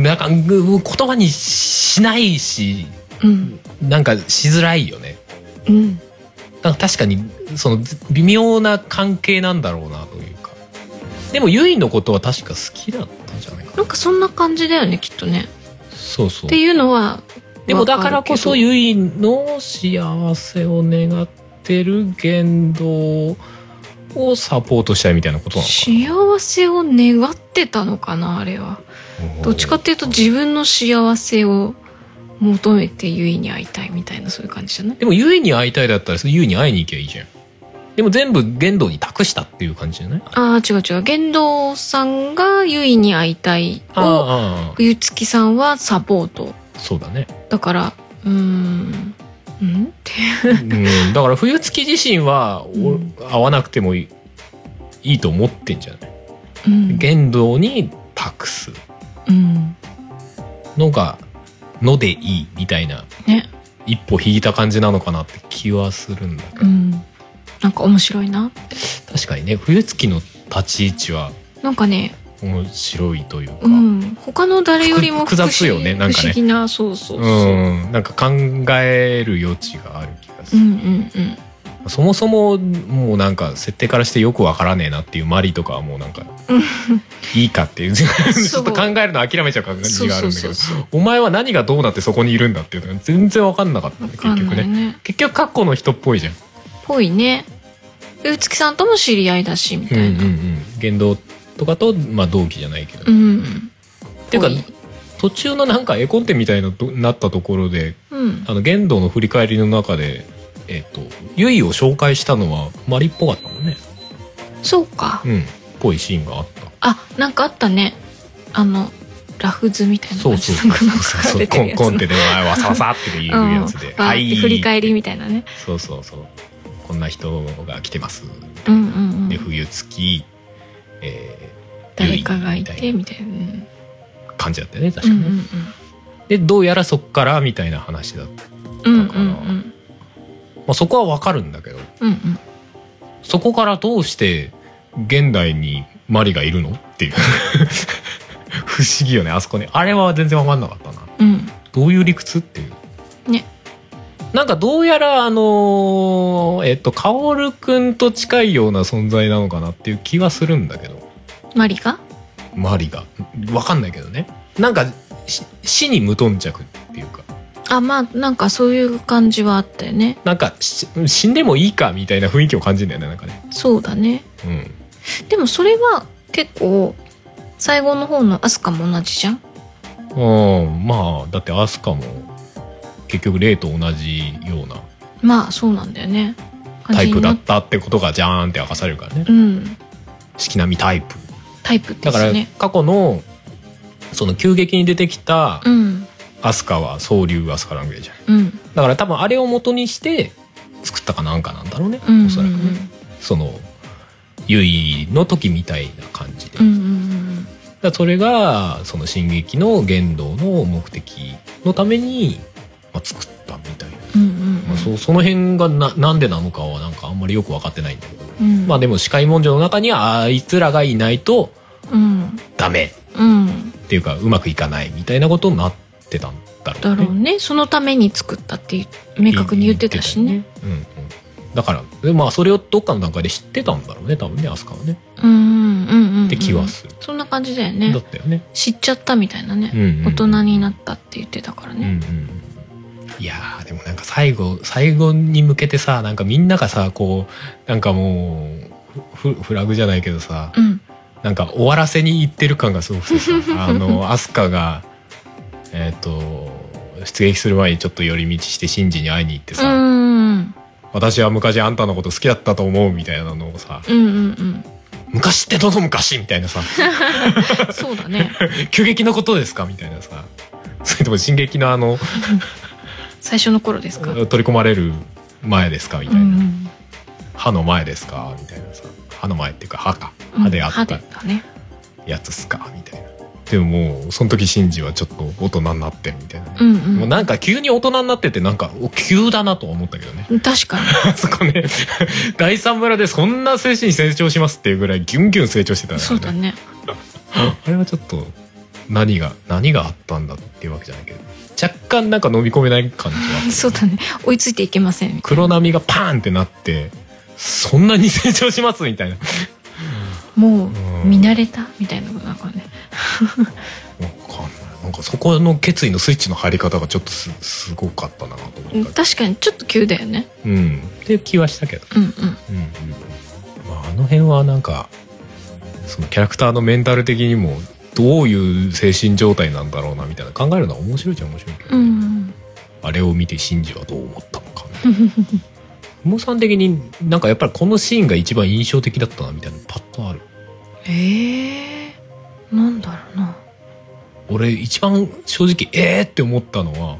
んなんかうん言葉にしないしうんなんかしづらいよねうんなんか確かにその微妙な関係なんだろうなというかでもユイのことは確か好きだったんじゃないかなんなかそんな感じだよねきっとねそうそうっていうのはでもだからこそうユイの幸せを願ってる言動をサポートしたいみたいなことな幸せを願ってたのかなあれはのかなどっちかっていうと自分の幸せを求めてゆいに会いたいみたいなそういう感じじゃないでもユイに会いたいだったらユイに会いに行きゃいいじゃんでも全部言動に託したっていう感じじゃないああ違う違う玄道さんがゆいに会いたいをああ冬月さんはサポートそうだね、だからうーんうんってうん、だから冬月自身はおうん会わなくてもいいいいと思ってんじゃないうん言動に託すうんのがのでいいみたいなね一歩引いた感じなのかなって気はするんだけうど、んなんか面白いな確かにね冬月の立ち位置はなんかね面白いというか、うん他の誰よりも複不思複雑よねなんかね不思議なそうそうそう、うんなんか考える余地がある気がすうる、んうんうんそもそももうなんか設定からしてよくわからねえなっていうマリとかはもうなんかうんいいかっていうちょっと考えるの諦めちゃう感そじうがあそるうんだけそどうそうお前は何がどうなってそこにいるんだっていうのが全然わかんなかったねわ結かん局ないねね結局過去の人っぽいじゃんぽいねうつきさんとも知り合いだしみたうんういんうな、ん言動とかと、まあ、同期じゃないけど、うんていうかぽい途中のなんか絵コンテみたいなとなったところでうんあの言動の振り返りの中でえっ、とユイを紹介したのはマリっぽかったもんねそうかうんっぽいシーンがあったあなんかあったねあのラフ図みたいなそ感うじそうそうそうのそうがコン流れてるやつコンテでわわさわさっていうやつでうん、あって振り返りみたいなねそうそうそうこんな人が来てますうんうんうでん冬月えー誰かがいユイてみみたいなうんたいな感じだったよね確うかんにね、でどうやらそっからみたいな話だった、まうんうんうんだからうんあ、そこはわかるんだけどうんうんそこからどうして現代にマリがいるのっていう不思議よねあそこねあれは全然わかんなかったなうんどういう理屈っていうねなんかどうやらあのーえっと薫くんと近いような存在なのかなっていう気はするんだけどマリがマリがわかんないけどねなんかし死に無頓着っていうかあまあなんかそういう感じはあったよねなんかし死んでもいいかみたいな雰囲気を感じるんだよねなんかねそうだねうんでもそれは結構最後の方のアスカも同じじゃんうんまあだってアスカも結局レイと同じようなまあそうなんだよねタイプだ感っじにたってことがジャーンって明かされるからねなうん四季並みタイプタイプでだかすらね過去のその急激に出てきたうんアスカは総流アスカランゲージャーうんだから多分あれを元にして作ったかなんかなんだろうね、うんうんおそらくねそのユイの時みたいな感じで、うんうだかんらそれがその進撃の言動の目的のために、まあ、作ったみたいな、うんうんまあ、そその辺がななんでなのかはなんかあんまりよく分かってないんだけど、うんまあでも視界文書の中にはあいつらがいないとうんダメうんっていうかうまくいかないみたいなことになってたんだろだうねろうねそのために作ったって明確に言ってたしねうんうん、だからでまあそれをどっかの段階で知ってたんだろうね多分ねアスカはねうんうんうんうんって気はする、そんな感じだよだねったよね、知っちゃったみたいなうね、んうん大人になったって言ってたからうんうねんうんいやーでもなんか最後最後に向けてさなんかみんながさこうなんかもうフフラグじゃないけどさ、うんなんか終わらせに行ってる感がすごく [LAUGHS] てさあのアスカがえっ、と出撃する前にちょっと寄り道してシンジに会いに行ってうさ、ん私は昔あんたのこと好きだったと思うみたいなのをさうんうん昔ってどの昔みたい [LAUGHS] なさうんそうだね急激なことですかみたいなさそれとも進撃のあの最初の頃ですか、取り込まれる前ですかみたういな、ん、歯の前ですかみたいなさ歯の前っていうか歯かうん歯であっ歯たでだねやつっすかみたいなでももうその時シンジはちょっと大人になってるみたいなね、うんもううんなんか急に大人になっててなんかお急だなとは思ったけどね [LAUGHS] 確かにあそこね [LAUGHS] 第三村でそんな精神成長しますっていうぐらいギュンギュン成長してたからねそうだねあれはちょっと何が何があったんだっていうわけじゃないけど若干なんか飲み込めない感じはあった [LAUGHS] そうだね追いついていけませんみたい黒波がパーンってなってそんなに成長しますみたいななもううん見慣れたみたいなことなんかねわかんないなんかそこの決意のスイッチの入り方がちょっとすすごかったなとう思んった確かにちょっと急だよねうんっていう気はしたけど、うんうんうんうんまあ、あの辺はなんかそのキャラクターのメンタル的にもどういう精神状態なんだろうなみたいな考えるのは面白いじゃ面白いけど、うんあれを見てシンジはどう思ったのかみたいなモーさん的になんかやっぱりこのシーンが一番印象的だったなみたいなのパッとあるえー、なんだろうな俺一番正直えーって思ったのは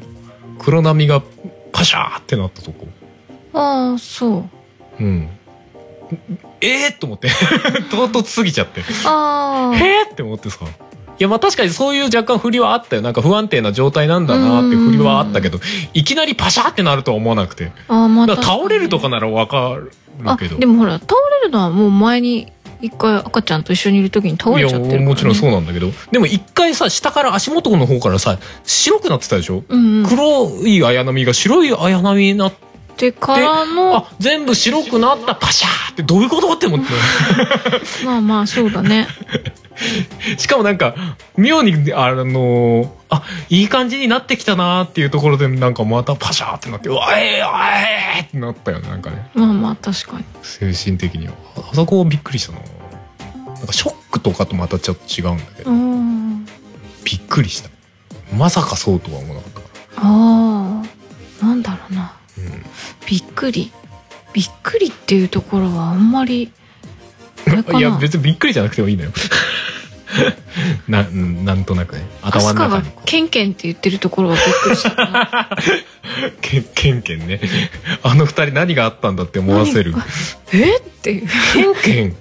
黒波がパシャーってなったとこああそううんえーっと思って唐突すぎちゃってああへーって思ってさ。いやまあ確かにそういう若干振りはあったよ。なんか不安定な状態なんだなって振りはあったけど、いきなりパシャってなるとは思わなくて。あーまあだから確に倒れるとかならわかるけど。あでもほら倒れるのはもう前に一回赤ちゃんと一緒にいる時に倒いれやちゃってるから、ね、もちろんそうなんだけど。でも一回さ、下から足元の方からさ、白くなってたでしょ、うんうん、っ黒い綾波が白い綾波になって、てからのあ、全部白くなった、パシャーってどういうことって思 [LAUGHS] って。まあまあそう [LAUGHS] だねしかもなんか、妙に、あのーあ、いい感じになってきたなーっていうところで、なんかまたパシャーってなって、うわえー、うわえーってなったよね、なんかね。まあまあ確かに精神的には。ああそこびっくりしたな。なんかショックとかとまたちょっと違うんだけど、うんびっくりした。まさかそうとは思わなかったから。ああなんだろうなうんびっくりびっくりっていうところはあんまりあれかないや別にびっくりじゃなくてもいいんだよ [LAUGHS] ななんとなくねア頭のスカ中がにこうケンケンって言ってるところはびっくりしたなけけんけんねあの二人何があったんだって思わせる何がえっていうけんけん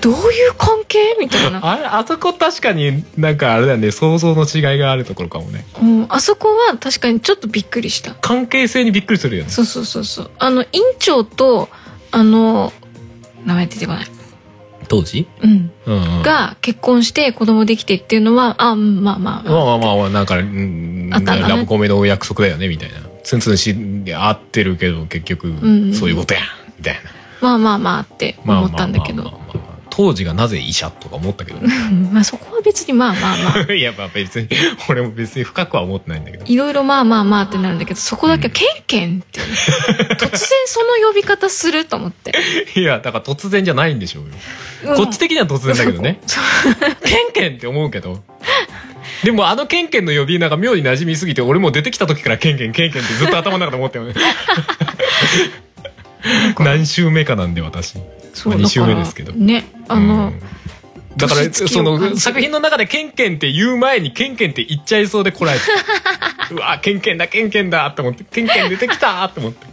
どういう関係みたいな、あれあそこ確かになんかあれだよね想像の違いがあるところかもねうん、あそこは確かにちょっとびっくりした関係性にびっくりするよねそうそうそうそうあの院長とあの名前出てこない当時、うんうんうん、が結婚して子供できてっていうのはあうんまあまあ、まあまあまあまあなんか、うんあったんだねラブコメのお約束だよねみたいなツンツンし合ってるけど結局んそういうことやんみたいな、まあまあまあってまあ思ったんだけどまあまあまあまあ当時がなぜ医者とか思ったけどね [LAUGHS] うんまあそこは別にまあまあま [LAUGHS] あいやまあ別に俺も別に深くは思ってないんだけどいろいろまあまあまあってなるんだけどそこだけはケンケンっ [LAUGHS] ていう突然その呼び方すると思って、いやだから突然じゃないんでしょうよ、うんこっち的には突然だけどね [LAUGHS] そうケンケンって思うけど。でもあのケンケンの呼び名が妙に馴染みすぎて俺も出てきた時からケンケンケンケンってずっと頭の中で思ったよ [LAUGHS] ね何週目かなんで私そうまあだから二週目ですけどねあうのんだから年月をそ感じのる作品の中でケンケンって言う前にケンケンって言っちゃいそうでこらえ [LAUGHS] てうわケンケンだケンケンだと思ってケンケン出てきたと思 [LAUGHS] って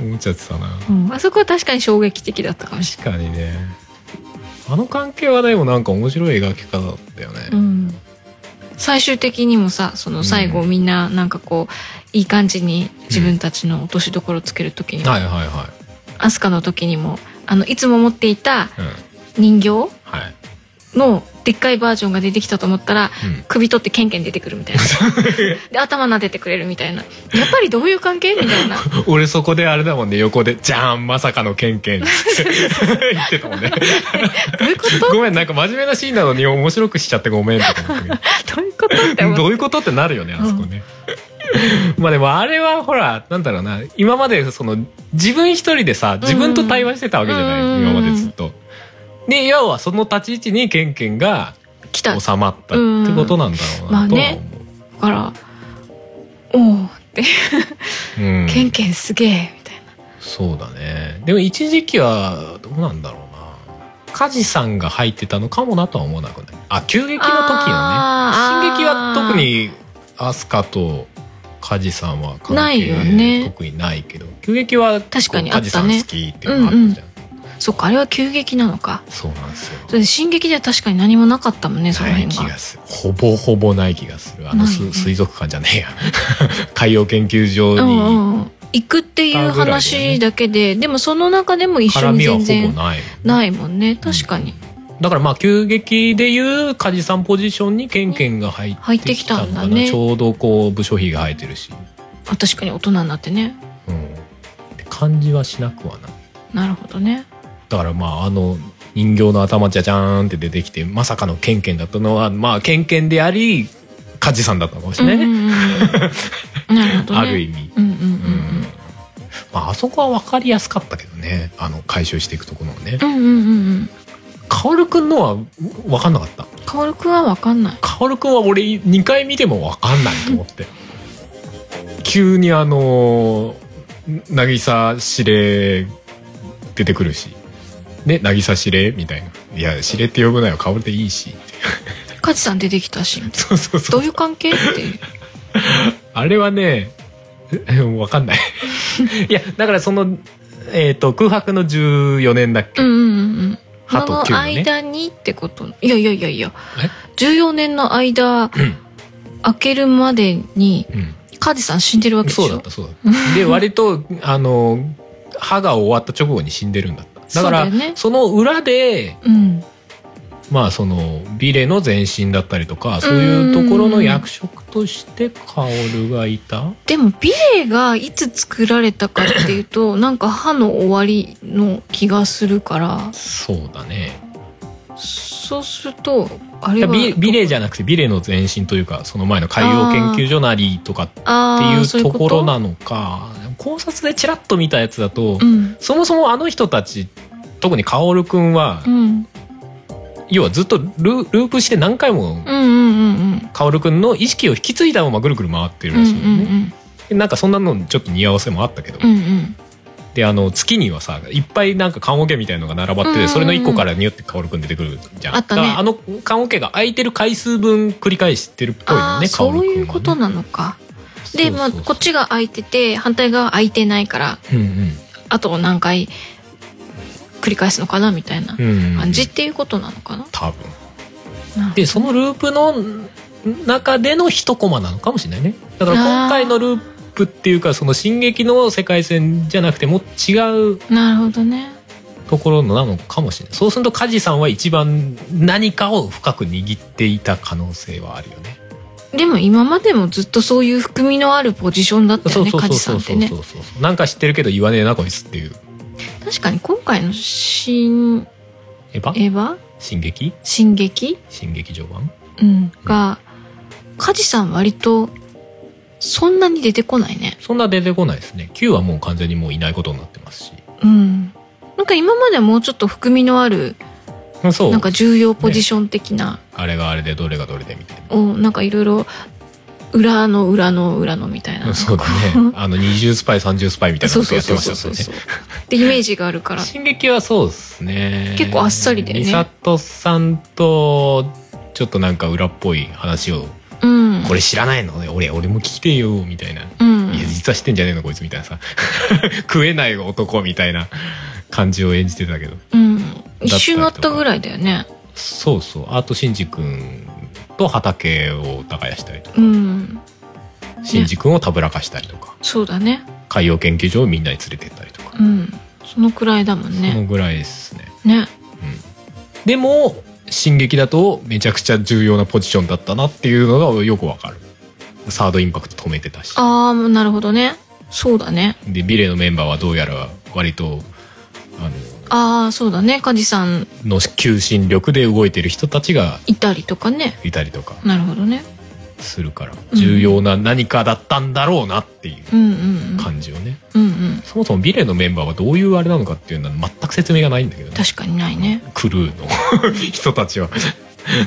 思っちゃってたなうんあそこは確かに衝撃的だったかもし確かにねあの関係はでもなんか面白い描き方だったよね、れない、うん、最終的にもさその最後うみんななんかこういい感じに自分たちの落としどころつける時にも、はいはいはアスカの時にもあのいつも持っていたい。うん。人形はい。のでっかいバージョンが出てきたと思ったらうん首取ってケンケン出てくるみた [LAUGHS] いなで頭撫でてくれるみたいなやっぱりどういう関係みたいな俺そこであれだもんね横で「じゃーんまさかのケンケン」っ [LAUGHS] て言ってたもんねどういうこごめんなんか真面目なシーンなのに面白くしちゃってごめんとか思ってと [LAUGHS] どういうことって思どっうていうことってなるよねあそこね、まあでもあれはほらなんだろうな今までその自分一人でさ自分と対話してたわけじゃない、うん今までずっと。で要はその立ち位置にケンケンが [LAUGHS] 来た収まったってことなんだろうなんとうまあはねからおおって思う、うんケンケンすげえみたいなそうだねでも一時期はどうなんだろうな梶さんが入ってたのかもなとは思わなくないあ急激の時のねあー進撃は特に飛鳥と梶さんは関ないよね係特にないけど急激は確かにあった梶ねさん好きっていうのがあったじゃん、そっかあれは急激なのかそうなんですよそれで進撃では確かに何もなかったもんねそのない辺気ががするほぼほぼない気がするあのすないね水族館じゃねえや [LAUGHS] 海洋研究所うんうにんうん行くっていう話だけで、でもその中でも一緒絡にみはほ全ぼ然ないないもんね確かに、だからまあ急激でいう梶さんポジションにケンケンが入入っっててききたたんのだかねな、ちょうどこう部署費が入ってるし、あ確かに大人になってねうん、って感じはしなくはないなるほどねだからまああの人形の頭じゃじゃーんって出てきてまさかのケンケンだったのはまあケンケンであり梶さんだったのかもしれないね、う [LAUGHS] んうんうんうん、なるほどねある意味、うんうんうんうんまあ、あそこは分かりやすかったけどねあの回収していくところはねうんうんうんうん薫君のは分かんなかったカオルくんは分かんない薫君は俺2回見ても分かんないと思って急にあの渚司令出てくるしね渚司令みたいないや司令って呼ぶなよ薫でいいしカジさん出てきたしそうそうそどうういう関係っていうあれはね [LAUGHS] え分かんないいやだからその、えー、と空白の14年だっけ、うんうんうんうん歯のと球のね間にってこといやいやいやいやえ14年の間開けるまでにうんカジさん死んでるわけでしそょうだったそうだ [LAUGHS] ったで割とあの歯が終わった直後に死んでるんだっただからそうだよねその裏でうんまあそのビレの前身だったりとかそういうところの役職としてカオルがいたでもビレがいつ作られたかってい [LAUGHS] うとなんか歯の終わりの気がするからそうだねそうするとあいれやはビビレじゃなくてビレの前身というかその前の海洋研究所なりとかってあいーうそういうところとなのか考察でちらっと見たやつだと、うんそもそもあの人たち特にカオルくんは、うん要はずっとルループして何回もうんうんうんうんカオルくんの意識を引き継いだままぐるぐる回ってるうんらうんしいよね、でなんかそんなのちょっと似合わせもあったけど、うんうんであの月にはさいっぱいなんか棺桶みたいのが並ばってうんうんうてんそれの1個からニュってカオルくん出てくるじゃんあったねだからあの棺桶が空いてる回数分繰り返してるっぽいあのあねカそオルくんうはねいうことなのかでまそうそあうそうこっちが空いてて反対側空いてないからうんうんあと何回繰り返すのかなみたいなうんうん感じっていうことなのかな多分なるでそのループのん中での一コマなのかもしれないねだから今回のループっていうかその進撃の世界線じゃなくても違うなるほどねところのなのかもしれないそうすると梶さんは一番何かを深く握っていた可能性はあるよねでも今までもずっとそういう含みのあるポジションだったそうよねそうそう梶そさんうっそてうねそうなんか知ってるけど言わねえなこいつっていう確かに今回の新エヴァエヴァ進撃進撃、進撃序盤うん、が梶さん割とそんなに出てこないねそんな出てこないですね9はもう完全にもういないことになってますしうんなんか今まではもうちょっと含みのあるそうなんか重要ポジション的な、あれがあれでどれがどれでみたいなをなんかいろいろ裏の裏の裏のみたい [LAUGHS] なそうだ [LAUGHS] ね。あの、20スパイ、30スパイみたいなそこうとそうやってそうましそたうそうよね。ってイメージがある [LAUGHS] から進撃はそうですね。結構あっさりだよねミサトさんと、ちょっとなんか裏っぽい話を、うんこれ知らないの俺、俺も聞いてよ、みたいな。いうんや、実は知ってんじゃねえの、こいつ、みたいなさ。 [LAUGHS] 食えない男、みたいな感じを演じてたけど。うん一瞬あったぐらいだよねそうそう。あと、シンジ君と畑を耕したりとか、うんシンジ君をたぶらかしたりとか、そうだね海洋研究所をみんなに連れてったりとか。うんそのくらいだもんそのねぐらいですね。ねでも進撃だとめちゃくちゃ重要なポジションだったなっていうのがよくわかるサードインパクト止めてたしああなるほどねそうだねでビレのメンバーはどうやら割とあああそうだね梶さんのの求心力で動いてる人たちがいたりとかねいたりとかなるほどねするからうん重要な何かだったんだろうなっていううんうんうん感じをねうんうんそもそもビレのメンバーはどういうあれなのかっていうのは全く説明がないんだけどね確かにないねクルーの [LAUGHS] 人たちは。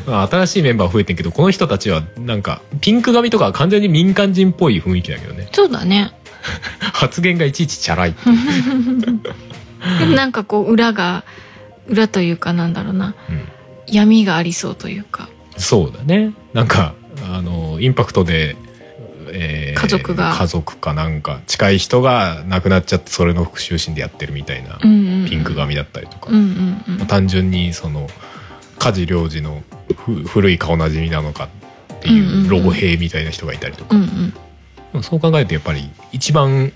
まあ新しいメンバー増えてんけどこの人たちはなんかピンク髪とかは完全に民間人っぽい雰囲気だけどねそうだね発言がいちいちチャラいでもなんかこう裏が裏というかなんだろうな、うん闇がありそうというかそうだねなんかあのインパクトで、えー家族が家族かなんか近い人が亡くなっちゃってそれの復讐心でやってるみたいなうんうんうんピンク髪だったりとか、うんうんうんまあ単純にその梶良次のふ古い顔なじみなのかってうんうんういんうロゴ兵みたいな人がいたりとか、うんうんでもそう考えるとやっぱり一番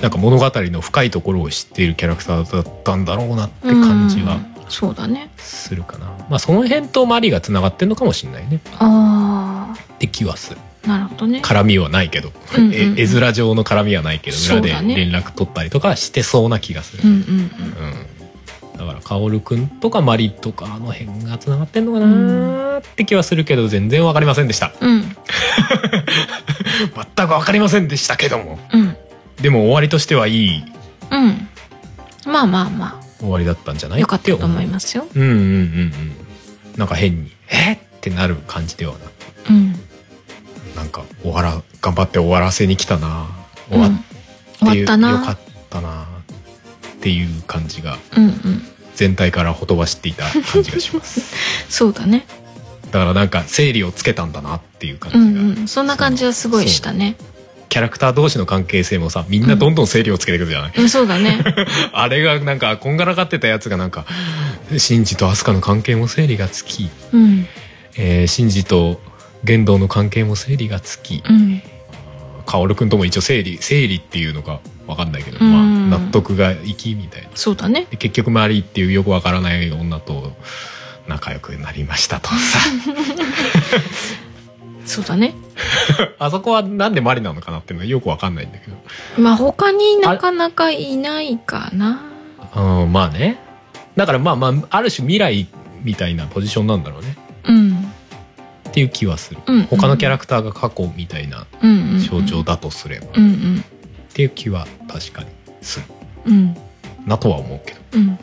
なんか物語の深いところを知っているキャラクターだったんだろうなって感じうはんそうだねするかな、まあその辺とマリがつながってんのかもしれないねあって気はするあなるほどね絡みはないけど、うんうんうんえ絵面上の絡みはないけどそう裏でだね連絡取ったりとかしてそうな気がする、うんうんうんだから薫くんとかマリとかあの辺がつながってんのかなって気はするけど全然わかりませんでしたうんうん全くわかりませんでしたけどもうんでも終わりとしてはいいうんまあまあま終わりだったんじゃなあいよかったと思いすますようんうんうんうんなんか変にえってなる感じではなうんくなんか終わら頑張って終わらせに来たな終うわっんて終わったなよかったなっていう感じがうんうん全体からほとばしっていた感じがします [LAUGHS] そうだねだからなんか整理をつけたんだなっていう感うじが、んうんそんな感じはすごいしたねキャラクター同士の関係性もさみんなどんどん整理をつけてくるじゃない、うんそう [LAUGHS] だねあれがなんかこんがらがってたやつがなんかシンジとアスカの関係も整理がつき、うんえー、シンジと玄道の関係も整理がつきうん薫君とも一応整理整理っていうのか分かんないけど、うんまあ、納得がいきみたいなそうだねで結局マリーっていうよくわからない女と仲良くなりましたと [LAUGHS] さそうだねあそこはなんでマリなのかなっていうのはよくわかんないんだけどまあ他になかなかいないかなうんまあねだからまあまあある種未来みたいなポジションなんだろうねうんっていう気はする、うん他のキャラクターが過去みたいなうんうん象徴だとすれば、うっんていう気は確かにするうんうんなとは思うけどうん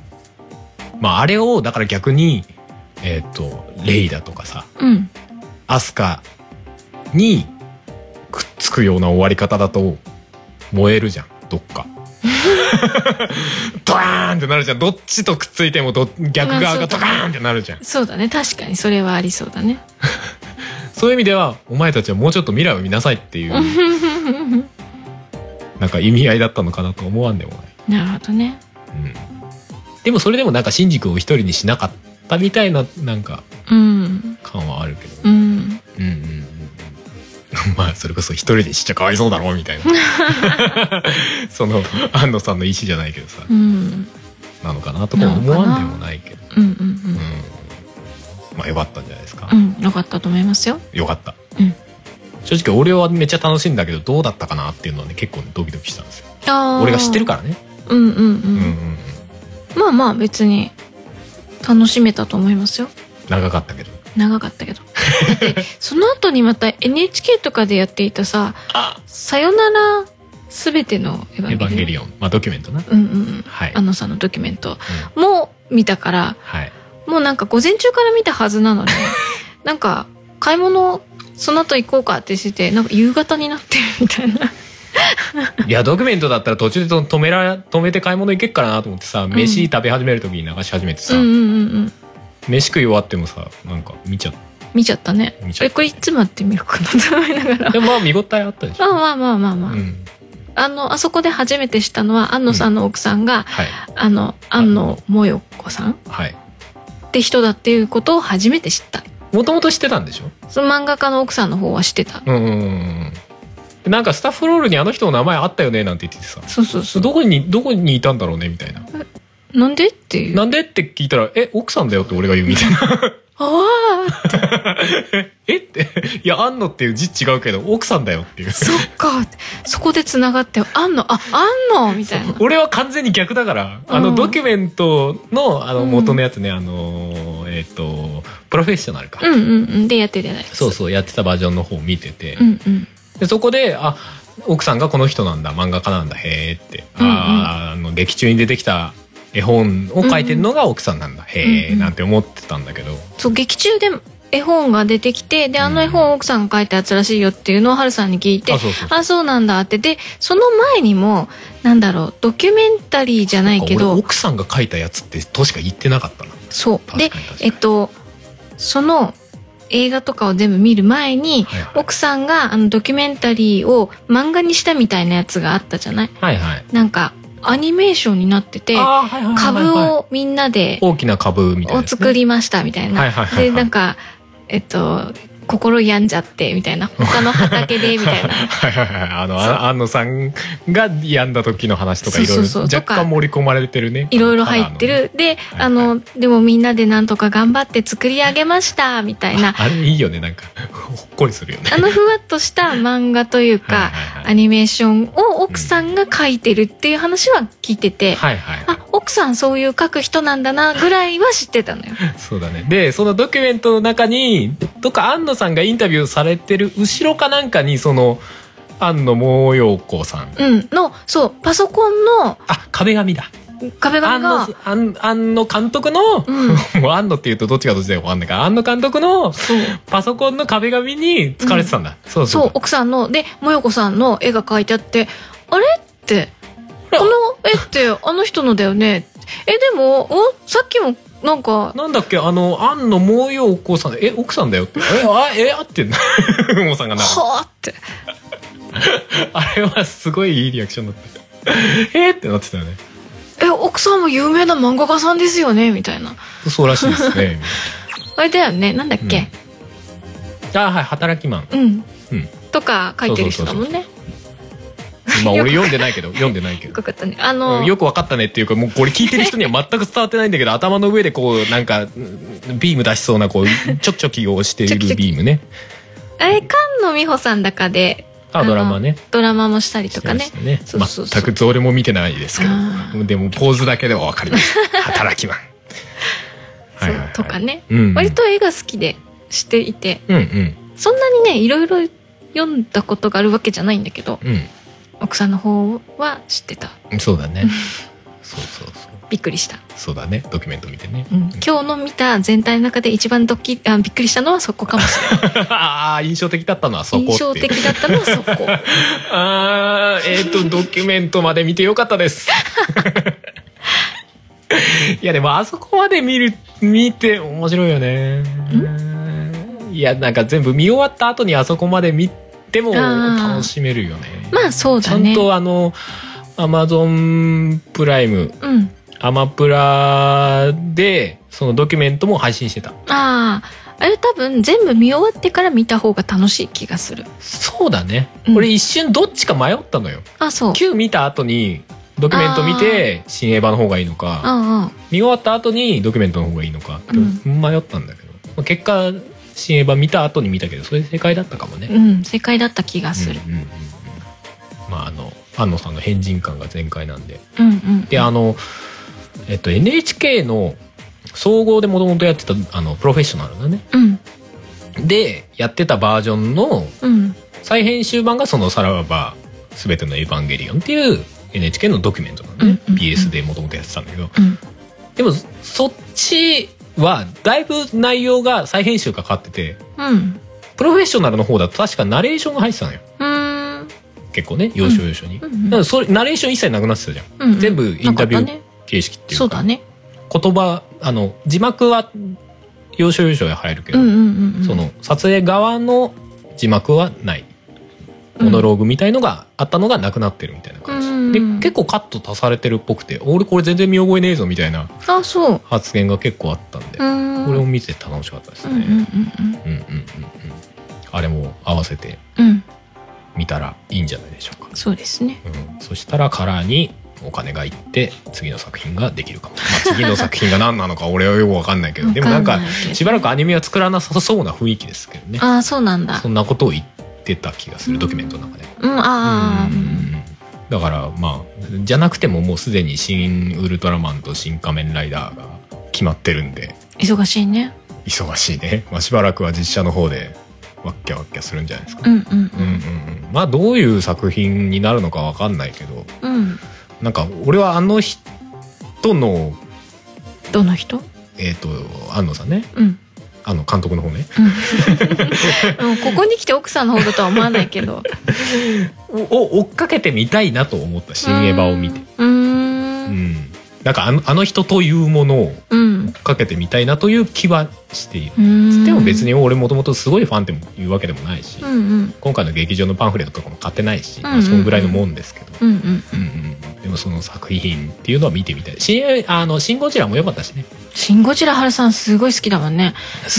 まああれをだから逆にえっ、とレイだとかさうんアスカにくっつくような終わり方だと燃えるじゃんどっ [LAUGHS] かドカーンってなるじゃんどっちとくっついてもど逆側がドカーンってなるじゃんそうだね確かにそれはありそうだねそういう意味ではお前たちはもうちょっと未来を見なさいっていうなんか意味合いだったのかなと思わんでもない、 [LAUGHS] なるほどねうん、でもそれでもなんかシンジ君を一人にしなかったみたいななんかうん感はあるけどうんうんうんうんうん [LAUGHS] まあそれこそ一人でしちゃかわいそうだろみた [LAUGHS] いなその安野さんの意思じゃないけどさうんなのかなとか思わんでもないけど、うんうんうん、まあよかったんじゃないですか、うんうんよかったと思いますよよかった、うん正直俺はめっちゃ楽しいんだけどどうだったかなっていうのはね結構ねドキドキしたんですよあー俺が知ってるからねうんうんううんうんんうんまあまあ別に楽しめたと思いますよ長かったけど長かったけどだ [LAUGHS] ってその後にまた NHK とかでやっていたさあ「さよならすべてのエヴエヴァァンンゲゲリリオンまあドキュメントなオン」うんうんうんはい、安野さんのドキュメントうんも見たからはいもうなんか午前中から見たはずなの [LAUGHS] になんか買い物その後行こうかってしててなんか夕方になってるみたいないやドキュメントだったら途中でと止めら止めて買い物行けっからなと思ってさ飯食べ始める時に流し始めてさ、うんうんうんうん飯食い終わってもさなんか見ちゃっ見ちゃったね見ちゃったえこれいつまで見ようかなと思いながら [LAUGHS] たでもまあ見応えあったでしまょあまあまあまあまあ、うんあのあそこで初めて知ったのは安野さんの奥さんが、はいあの安野もよこさんはいって人だっていうことを初めて知ったもともと知ってたんでしょその漫画家の奥さんの方は知ってたうんうんうんうんでなんかスタッフロールにあの人の名前あったよねなんて言っててさそうそうそうどこにどこにいたんだろうねみたいななんでっていう。あなんでって聞いたら、え、奥さんだよって俺が言うみたいな。 [LAUGHS] あ、えって、いや、あんのっていう字違うけど、奥さんだよっていう。そっか。そこで繋がって、あんの、あ、あんのみたいな。俺は完全に逆だから、あうのんドキュメントのあのうん元のやつね、あのえっ、とプロフェッショナルか、うんうんうん。でやってるじゃないですそうそうやってたバージョンの方を見てて、うんうん。でそこであ奥さんがこの人なんだ漫画家なんだへえって、ああーあの劇中に出てきた絵本を書いてるのが奥さんなんだ、へうんえうんなんて思ってたんだけど、そう、劇中で絵本が出てきて、で、あの絵う本奥さんが書いたやつらしいよっていうのをハルさんに聞いて、あそうそうあ、そうなんだって。で、その前にも、なんだろう、ドキュメンタリーじゃないけ俺ど、奥さんが書いたやつってとしか言ってなかったなそう。確でかに、確かえにっと、その映画とかを全部見る前に、はいはい奥さんがあのドキュメンタリーを漫画にしたみたいなやつがあったじゃないはいはいなんか、アニメーションになってて、あーはいはいはいはい株をみんなで、大きな株みたいなをやつね、作りましたみたいはな。いはいはいはいで、なんか、えっと、心病んじゃって、みたいな。他の畑で、みたいな。はいはいはいあのあ安野さんが病んだ時の話とかそういろいそうろそう若とか干盛り込まれてるねいろいろ入ってる。で、はいあの、でもみんなでなんとか頑張って作り上げました、みたカラーのいなあ。あれいいよねなんかほっこりするよねあのふわっとした漫画というか、アはいニメーションを奥さんが書いてるっていう話は聞いてて、はいはいはいあ、奥さんそういう書く人なんだなぐらいは知ってたのよ。そうだねでそのドキュメントの中にどっか安野さんがインタビューされてる後ろかなんかにその安野桃陽子さんうん。の、そう、パソコンのあ壁紙だ壁安紙が野、安安野監督の、うもう安野っていうとどっちがどっちだか分かんないから安野監督のそう、パソコンの壁紙に使われてたんだ、そうそうそそうう、奥さんの、で、もよこさんの絵が描いてあって、あれって、らこの絵ってあの人のだよね。え、でも、おさっきもなんか、なんだっけあの、庵野桃陽子さん、え、奥さんだよって。え、あ、え、あってんのもさんがな。はあって。あれはすごいいいリアクションだった。えーってなってたよね。え、奥さんも有名な漫画家さんですよねみたいな。そうらしいですね。あれだよね。なんだっうんけ、 [LAUGHS] あ、はい、働きマン。うん、うんとか書いてる人だもんね。まあよく俺読んでないけど、読んでないけよど。かったね。あうの、んよく分かったねっていうか、もうこれ聞いてる人には全く伝わってないんだけど、頭の上でこう、なんか、うんビーム出しそうな、こう、ちょきちょきをしていチョキチるョキビームね。あれ、菅野美穂さんだかであ、ドラマね。ドラマもしたりとかねして。ましたそうそうそう全く俺も見てないですけあど。でもポーズだけでは分かります。 [LAUGHS] 働きマン。そはいうはいはいとかね。うんうん割と絵が好きでしていて、うんうんそんなにね、いろいろ読んだことがあるわけじゃないんだけど、奥さんの方は知ってた。うんそうだねそうそうそうびっくりした。そうだねドキュメント見てねうん今日の見た全体の中で一番ドキあびっくりしたのはそこかもしれな [LAUGHS] い。ああ印象的だったのはそこっていう印象的だったのはそこ。 [LAUGHS] ああえっ、とドキュメントまで見てよかったです [LAUGHS] いやでもあそこまで見る見て面白いよねいやなんか全部見終わった後にあそこまで見てもあー楽しめるよねまあそうちだゃね。んとあのアマゾンプライムうん。アマプラでそのドキュメントも配信してたああ、あれ多分全部見終わってから見た方が楽しい気がする。そうだね、うん俺一瞬どっちか迷ったのよあ、そう。 Q 見た後にドキュメント見て新映画の方がいいのかあ見終わった後にドキュメントの方がいいのかって迷ったんだけど、まあ結果新映画見た後に見たけどそれ正解だったかもあ、うね、ん、正解だった気がする。うんうんうんうんまああの安野さんの変人感が全開なんでうんうん。であのえっと NHK の総合でもともとやってたあのプロフェッショナルだねうんでやってたバージョンのうん。再編集版がその「さらば全てのエヴァンゲリオン」っていう NHK のドキュメントなのね、うんうんうん BS でもともとやってたんだけどうん。でもそっちはだいぶ内容が再編集がかかっててうん。プロフェッショナルの方だと確かナレーションが入ってたのようーん。結構ね要所要所に、うんうんだからそれナレーション一切なくなってたじゃん、うんうん全部インタビュなかったーね形式っていうかそうだね。言葉あの字幕は要所要所で入るけうど、んうんうん。その撮影側の字幕はないモノローグみたいのがあったのがなくなってるみたいな感じ、うんで結構カット足されてるっぽくて俺これ全然見覚えねえぞみたいなあ、そう。発言が結構あったんで、うーん。これを見て楽しかったですうんうんうんね、うん、うんうんうんあれも合わせてうん。うん。見たらいいんじゃないでしょうか、そうですね。うん、そしたらカラーにお金がいって次の作品ができるかも、まあ、次の作品が何なのか俺はよく分かんないけ [LAUGHS] どでもなんかしばらくアニメは作らなさそうな雰囲気ですけどねああそうなんだそんなことを言ってた気がすうるんドキュメントの中で。うんああだからまあじゃなくてももうすでに「新ウルトラマン」と「新仮面ライダー」が決まってるんで忙しいね忙しいね、 [LAUGHS] まあ、しばらくは実写の方でわっきゃわっきゃするんじゃないですか、うんうんうんうんうん、まあどういう作品になるのかわかんないけどうん、うん、なんか俺はあの人のどの人えっ、と安野さんねうんあの監督の方ねうん、うんここに来て奥さんの方だとは思わないけどを追っかけてみたいなと思った [LAUGHS] 新エヴァを見てうーうんんなんかあのあの人というものをうん追っかけてみたいなという気はしているうーんでも別に俺もともとすごいファンっていうわけでもないし、うんうん今回の劇場のパンフレットとかも買ってないし、まあうんうんうんそのぐらいのもんですけど、うんうんうんうん、でもその作品っていうのは見てみたいしあの「シン・ゴジラ」も良かったしね「シン・ゴジラ」ハルさんすごい好きだもんね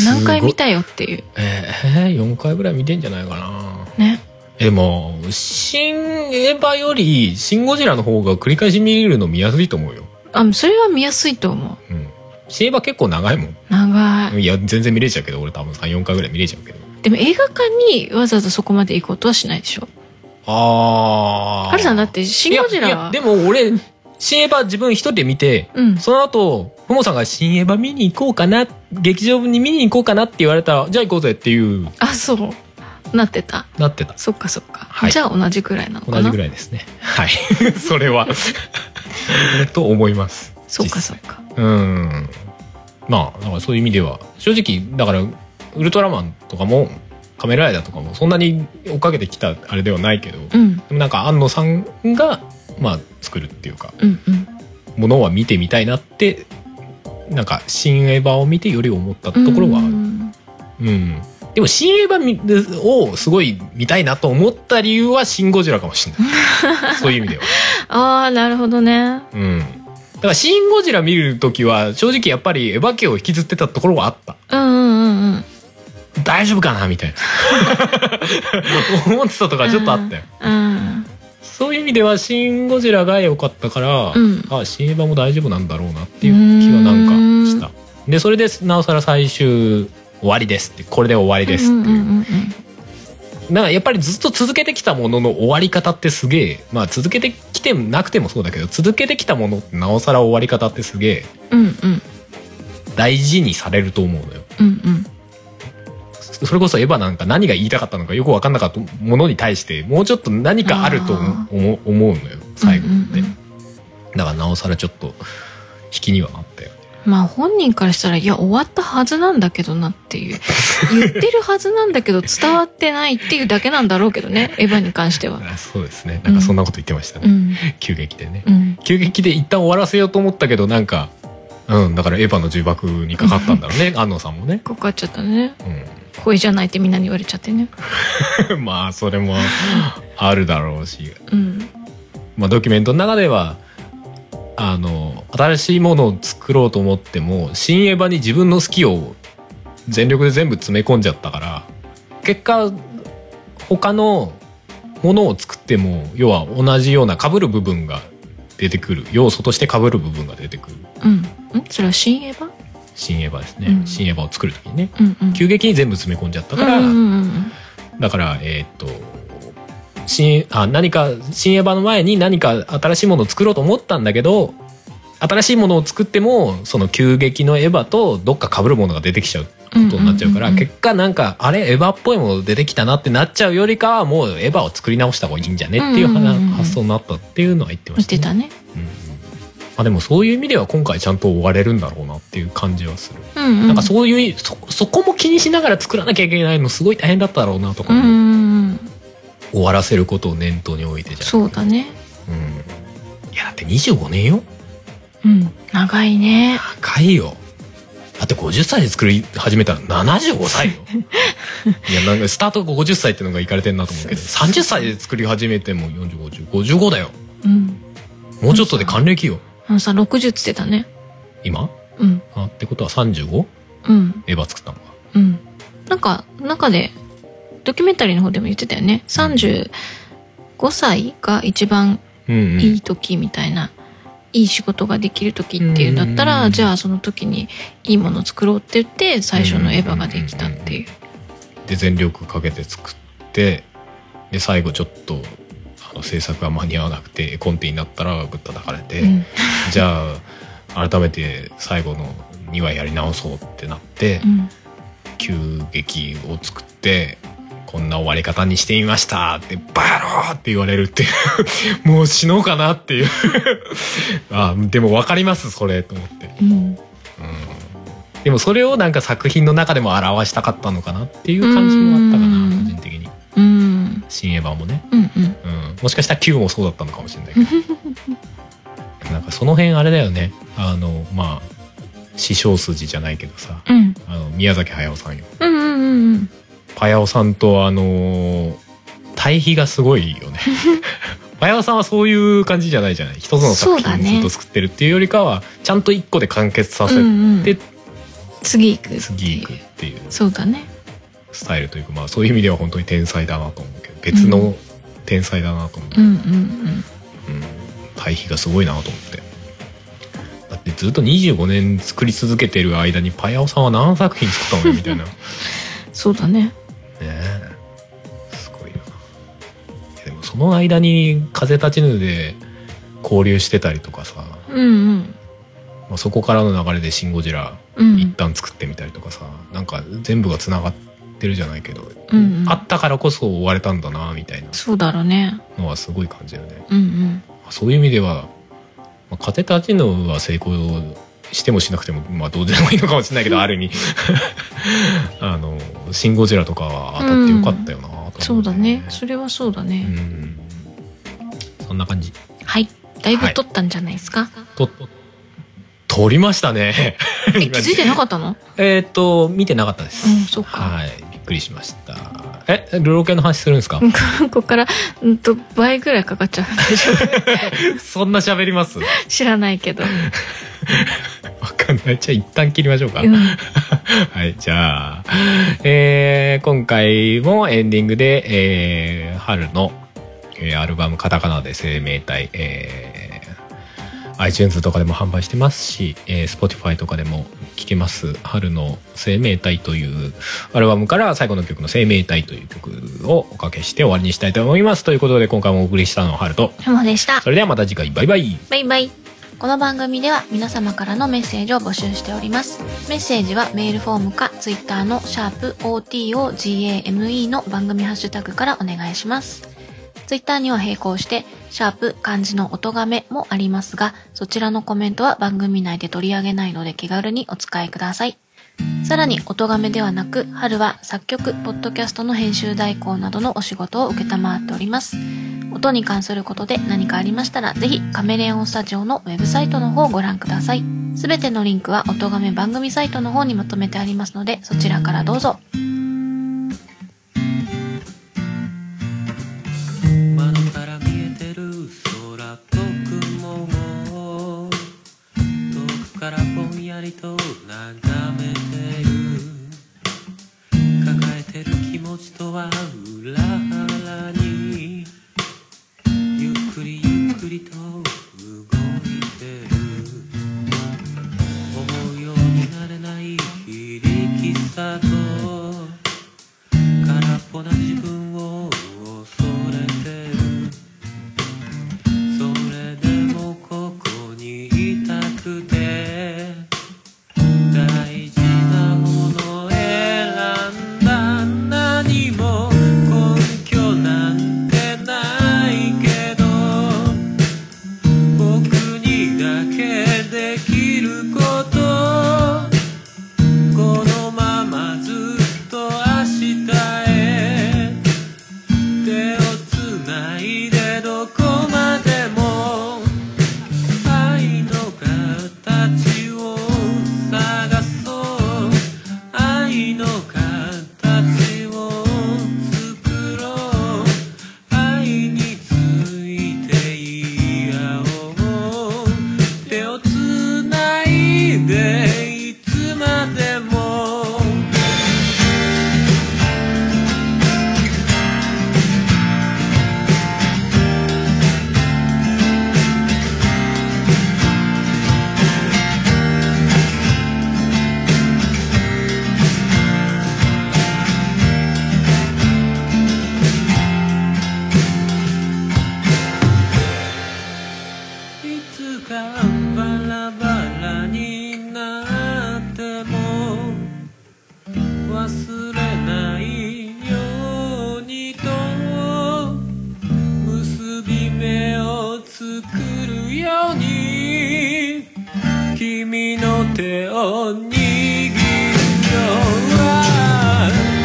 何回見いたよっていうえー、4回ぐらい見てんじゃないかなねでも「シン・エヴァ」より「シン・ゴジラ」の方が繰り返し見るの見やすいと思うよ、あそれは見やすいと思ううん、シン・エヴァ結構長いも長いんいや全然見れちゃうけど俺多分34回ぐらい見れちゃうけどでも映画館にわざわざそこまで行こうとはしないでしょああハルさんだって「シン・ゴジラいやいはや」でも俺新エヴァ自分一人で見てうんその後ふもさんが「新エヴァ見に行こうかな劇場に見に行こうかな」って言われたら「じゃあ行こうぜ」っていうあそうなってたなってたそっかそっか、はいじゃあ同じくらいなのか同なじぐらいですねはいそれはと思いますそっか実そ際っかうんまあだからそういう意味では正直だからウルトラマンとかもカメラライダーとかもそんなに追っかけてきたあれではないけど、うでんもなんか安野さんがまあ作るっていうかうんうんものは見てみたいなってなんか新エヴァを見てより思ったところはある、ううんんでも新エヴァみをすごい見たいなと思った理由は「シン・ゴジラ」かもしれないそういう意味では、ああなるほどねうん、だから「シン・ゴジラ」見る時は正直やっぱりエヴァ家を引きずってたところはあったうんうんうんうん大丈夫かなみたいな思ってたとかちょっとあったよ、うんそういう意味では「シン・ゴジラ」が良かったから、うんあ新エヴァも大丈夫なんだろうなっていう気はなんかしたでそれでなおさら最終終わりですってこれで終わりですっていう,、うんうんうんうんなんかやっぱりずっと続けてきたものの終わり方ってすげえまあ続けてきてなくてもそうだけど続けてきたものってなおさら終わり方ってすげえうんうん大事にされると思うのようんうんそれこそエヴァなんか何が言いたかったのかよく分かんなかったものに対してもうちょっと何かあるとあ思う思うのよ最後って、うんうんうんだからなおさらちょっと引きにはあったよまあ本人からしたらいや終わったはずなんだけどなっ [LAUGHS] ていう言ってるはずなんだけど伝わってないっていうだけなんだろうけどねエヴァに関してはあそうですねなんかそんなこと言ってましたね、うん急激でねうん急激で一旦終わらせようと思ったけどなんかうんだからエヴァの重爆にかかったんだろ [LAUGHS] うね安野さんもね、かかっちゃったねう声じゃないってみんなに言われちゃってねん、 [LAUGHS] まあそれもあるだろうし、うんまあ、ドキュメントの中ではあの新しいものを作ろうと思っても新エヴァに自分の好きを全力で全部詰め込んじゃったから結果他のものを作っても要は同じような被る部分が出てくる要素として被る部分が出てくるうんんそれは新エヴァ新エヴァですね、うん新エヴァを作る時にねうんうん急激に全部詰め込んじゃったから、うんうんうんだからえーっと新あ何か新エヴァの前に何か新しいものを作ろうと思ったんだけど新しいものを作ってもその急激のエヴァとどっか被るものが出てきちゃうことになっちゃうから、うんうんうんうん結果なんかあれエヴァっぽいもの出てきたなってなっちゃうよりかはもうエヴァを作り直した方がいいんじゃねっていう話,、うんうんうんうん発想になったっていうのは言ってま見したてたねうんうんまあ、でもそういう意味では今回ちゃんと終われるんだろうなっていう感じはする、うんうんなんかそういうそそこも気にしながら作らなきゃいけないのすごい大変だったろうなとかうんも、うんうん終わらせることを念頭に置いてじゃんそうだねうんいやだって25年ようん長いね高いよだって50歳で作り始めたら75歳よ [LAUGHS] いやなんかスタートが50歳ってのがいかれてんなと思うけど30歳で作り始めても4555だようんもうちょっとで還暦よあのさ60っつってたね今うんあってことは 35? うんエヴァ作ったのかうんなんか中でドキュメンタリーの方でも言ってたよね35歳が一番うんうんいい時みたいな、いい仕事ができる時っていうんだったら、うんじゃあその時にいいものを作ろうって言って最初のエヴァができたっていう。で全力かけて作ってで最後ちょっとあの制作が間に合わなくてコンテになったらぶったたかれて、うんじゃあ改めて最後の2話やり直そうってなって、うん急激を作ってこんな終わり方にしてみましたってバローって言われるっていうもう [LAUGHS] 死のうかなっていう [LAUGHS] あでも分かりますそれと思って、うんうん、でもそれをなんか作品の中でも表したかったのかなっていう感じもあったかうなん個人的にうん新エヴァもね、うんうんうん、もしかしたら Q もそうだったのかもしれないけどなんかその辺あれだよねあのまあ師匠筋じゃないけどさうんあの宮崎駿さんようんうんうんパヤオさんとあのー対比がすごい [LAUGHS] よねパヤオさんはそういう感じじゃないじゃない一つの作そうだ品ねずっと作ってるっていうよりかは、ちゃんと一個で完結させうて、んうん次行くっていう次行くっていうそうだねスタイルというか、まあ、そういう意味では本当に天才だなと思うけど別の天才だなと思う、うんううんん対比がすごいなと思ってだってずっと25年作り続けてる間にパヤオさんは何作品作ったのよみたいなねうんそうだねえすごいよないやでもその間に「風立ちぬ」で交流してたりとかさ、うんまあ、そこからの流れで「シン・ゴジラうんう」一ん旦作ってみたりとかさ、なんか全部がつながってるじゃないけど、うんうんあったからこそ終われたんだなみたいなそうだろうねのはすごい感じるねうんそういう意味では、まあ、カテタチノは成功してもしなくても、まあ、どうでもいいのかもしれないけ [LAUGHS] ど、ある意味。 [LAUGHS] あの、シン・ゴジラとかは当たってよかったよなと思うんそうだねそれれはそうだうねん。そんな感じ。はいだいぶ取ったんじゃないで [LAUGHS] すかと、撮りましたね。 [LAUGHS] え気づいてなかったの [LAUGHS] えっと、見てなかったです。うんそっかはい。びっくりしました。え、ルロケンの話するんですかここからうんと倍ぐらいかかっちゃ [LAUGHS] う [LAUGHS] そんな喋りますわ知らないけど、かんない。じゃあ一旦切りましょうか。う [LAUGHS] ん、はい、じゃあ、えー今回もエンディングで、えー春の、えーアルバムカタカナで生命体、えー iTunes とかでも販売してますし、えー Spotify とかでも聴けます春の生命体というアルバムから最後の曲の生命体という曲をおかけして終わりにしたいと思います。ということで今回もお送りしたのは春と、ハモでした。それではまた次回バイバイ。バイバイこの番組では皆様からのメッセージを募集しております。メッセージはメールフォームか Twitter のシャープ o t o g a m e の番組ハッシュタグからお願いします。Twitter には並行して、シャープ漢字の音がめもありますが、そちらのコメントは番組内で取り上げないので気軽にお使いください。さらに、音亀ではなく、春は作曲、ポッドキャストの編集代行などのお仕事を受けたまわっております。音に関することで何かありましたら、ぜひカメレオンスタジオのウェブサイトの方をご覧ください。すべてのリンクは音亀番組サイトの方にまとめてありますので、そちらからどうぞ。窓から見えてる空と雲を遠くからぼんやりと眺めてる抱えてる気持ちとは裏腹にゆっくりゆっくりと動いてる思うようになれない非力さと空っぽな自分を恐れてるそれでもここにいたくて大事なものを選んだ何も根拠なんてないけど僕にだけできることこのままずっと明日への人形は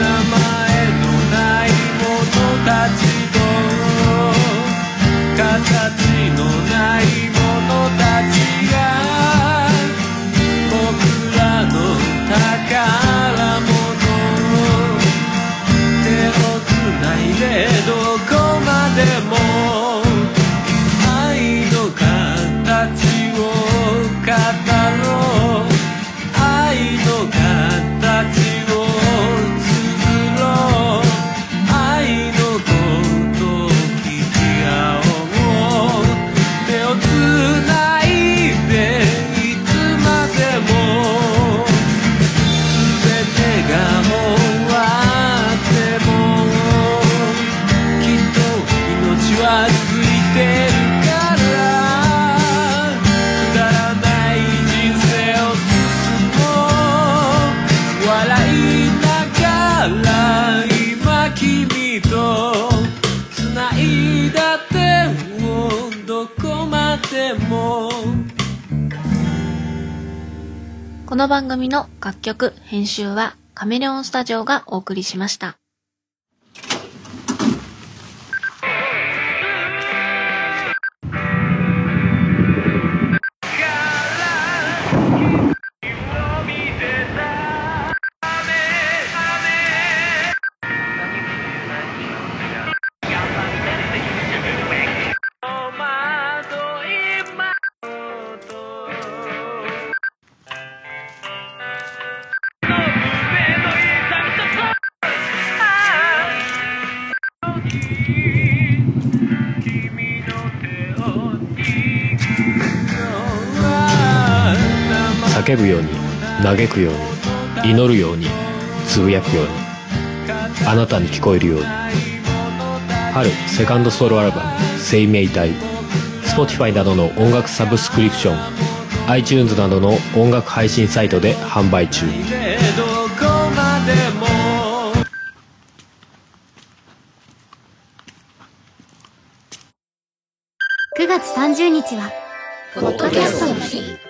名前のない者たちと形のない者たちが僕らの宝物手をつないでどこまでも愛の形を語ろう愛の形を綴ろう愛のことを聞き合おう手をつないでいつまでも「すべてが終わっても」「きっと命は続いてるから」「くだらない人生を進もう」「笑いながら今君とつないだ手をどこまでも」この番組の楽曲、編集はカメレオンスタジオがお送りしました。叫ぶように嘆くように祈るようにつぶやくようにあなたに聞こえるように春セカンドソロアルバム「生命体」Spotify などの音楽サブスクリプション iTunes などの音楽配信サイトで販売中でどこまでも9月30日は、ポッドキャストの日。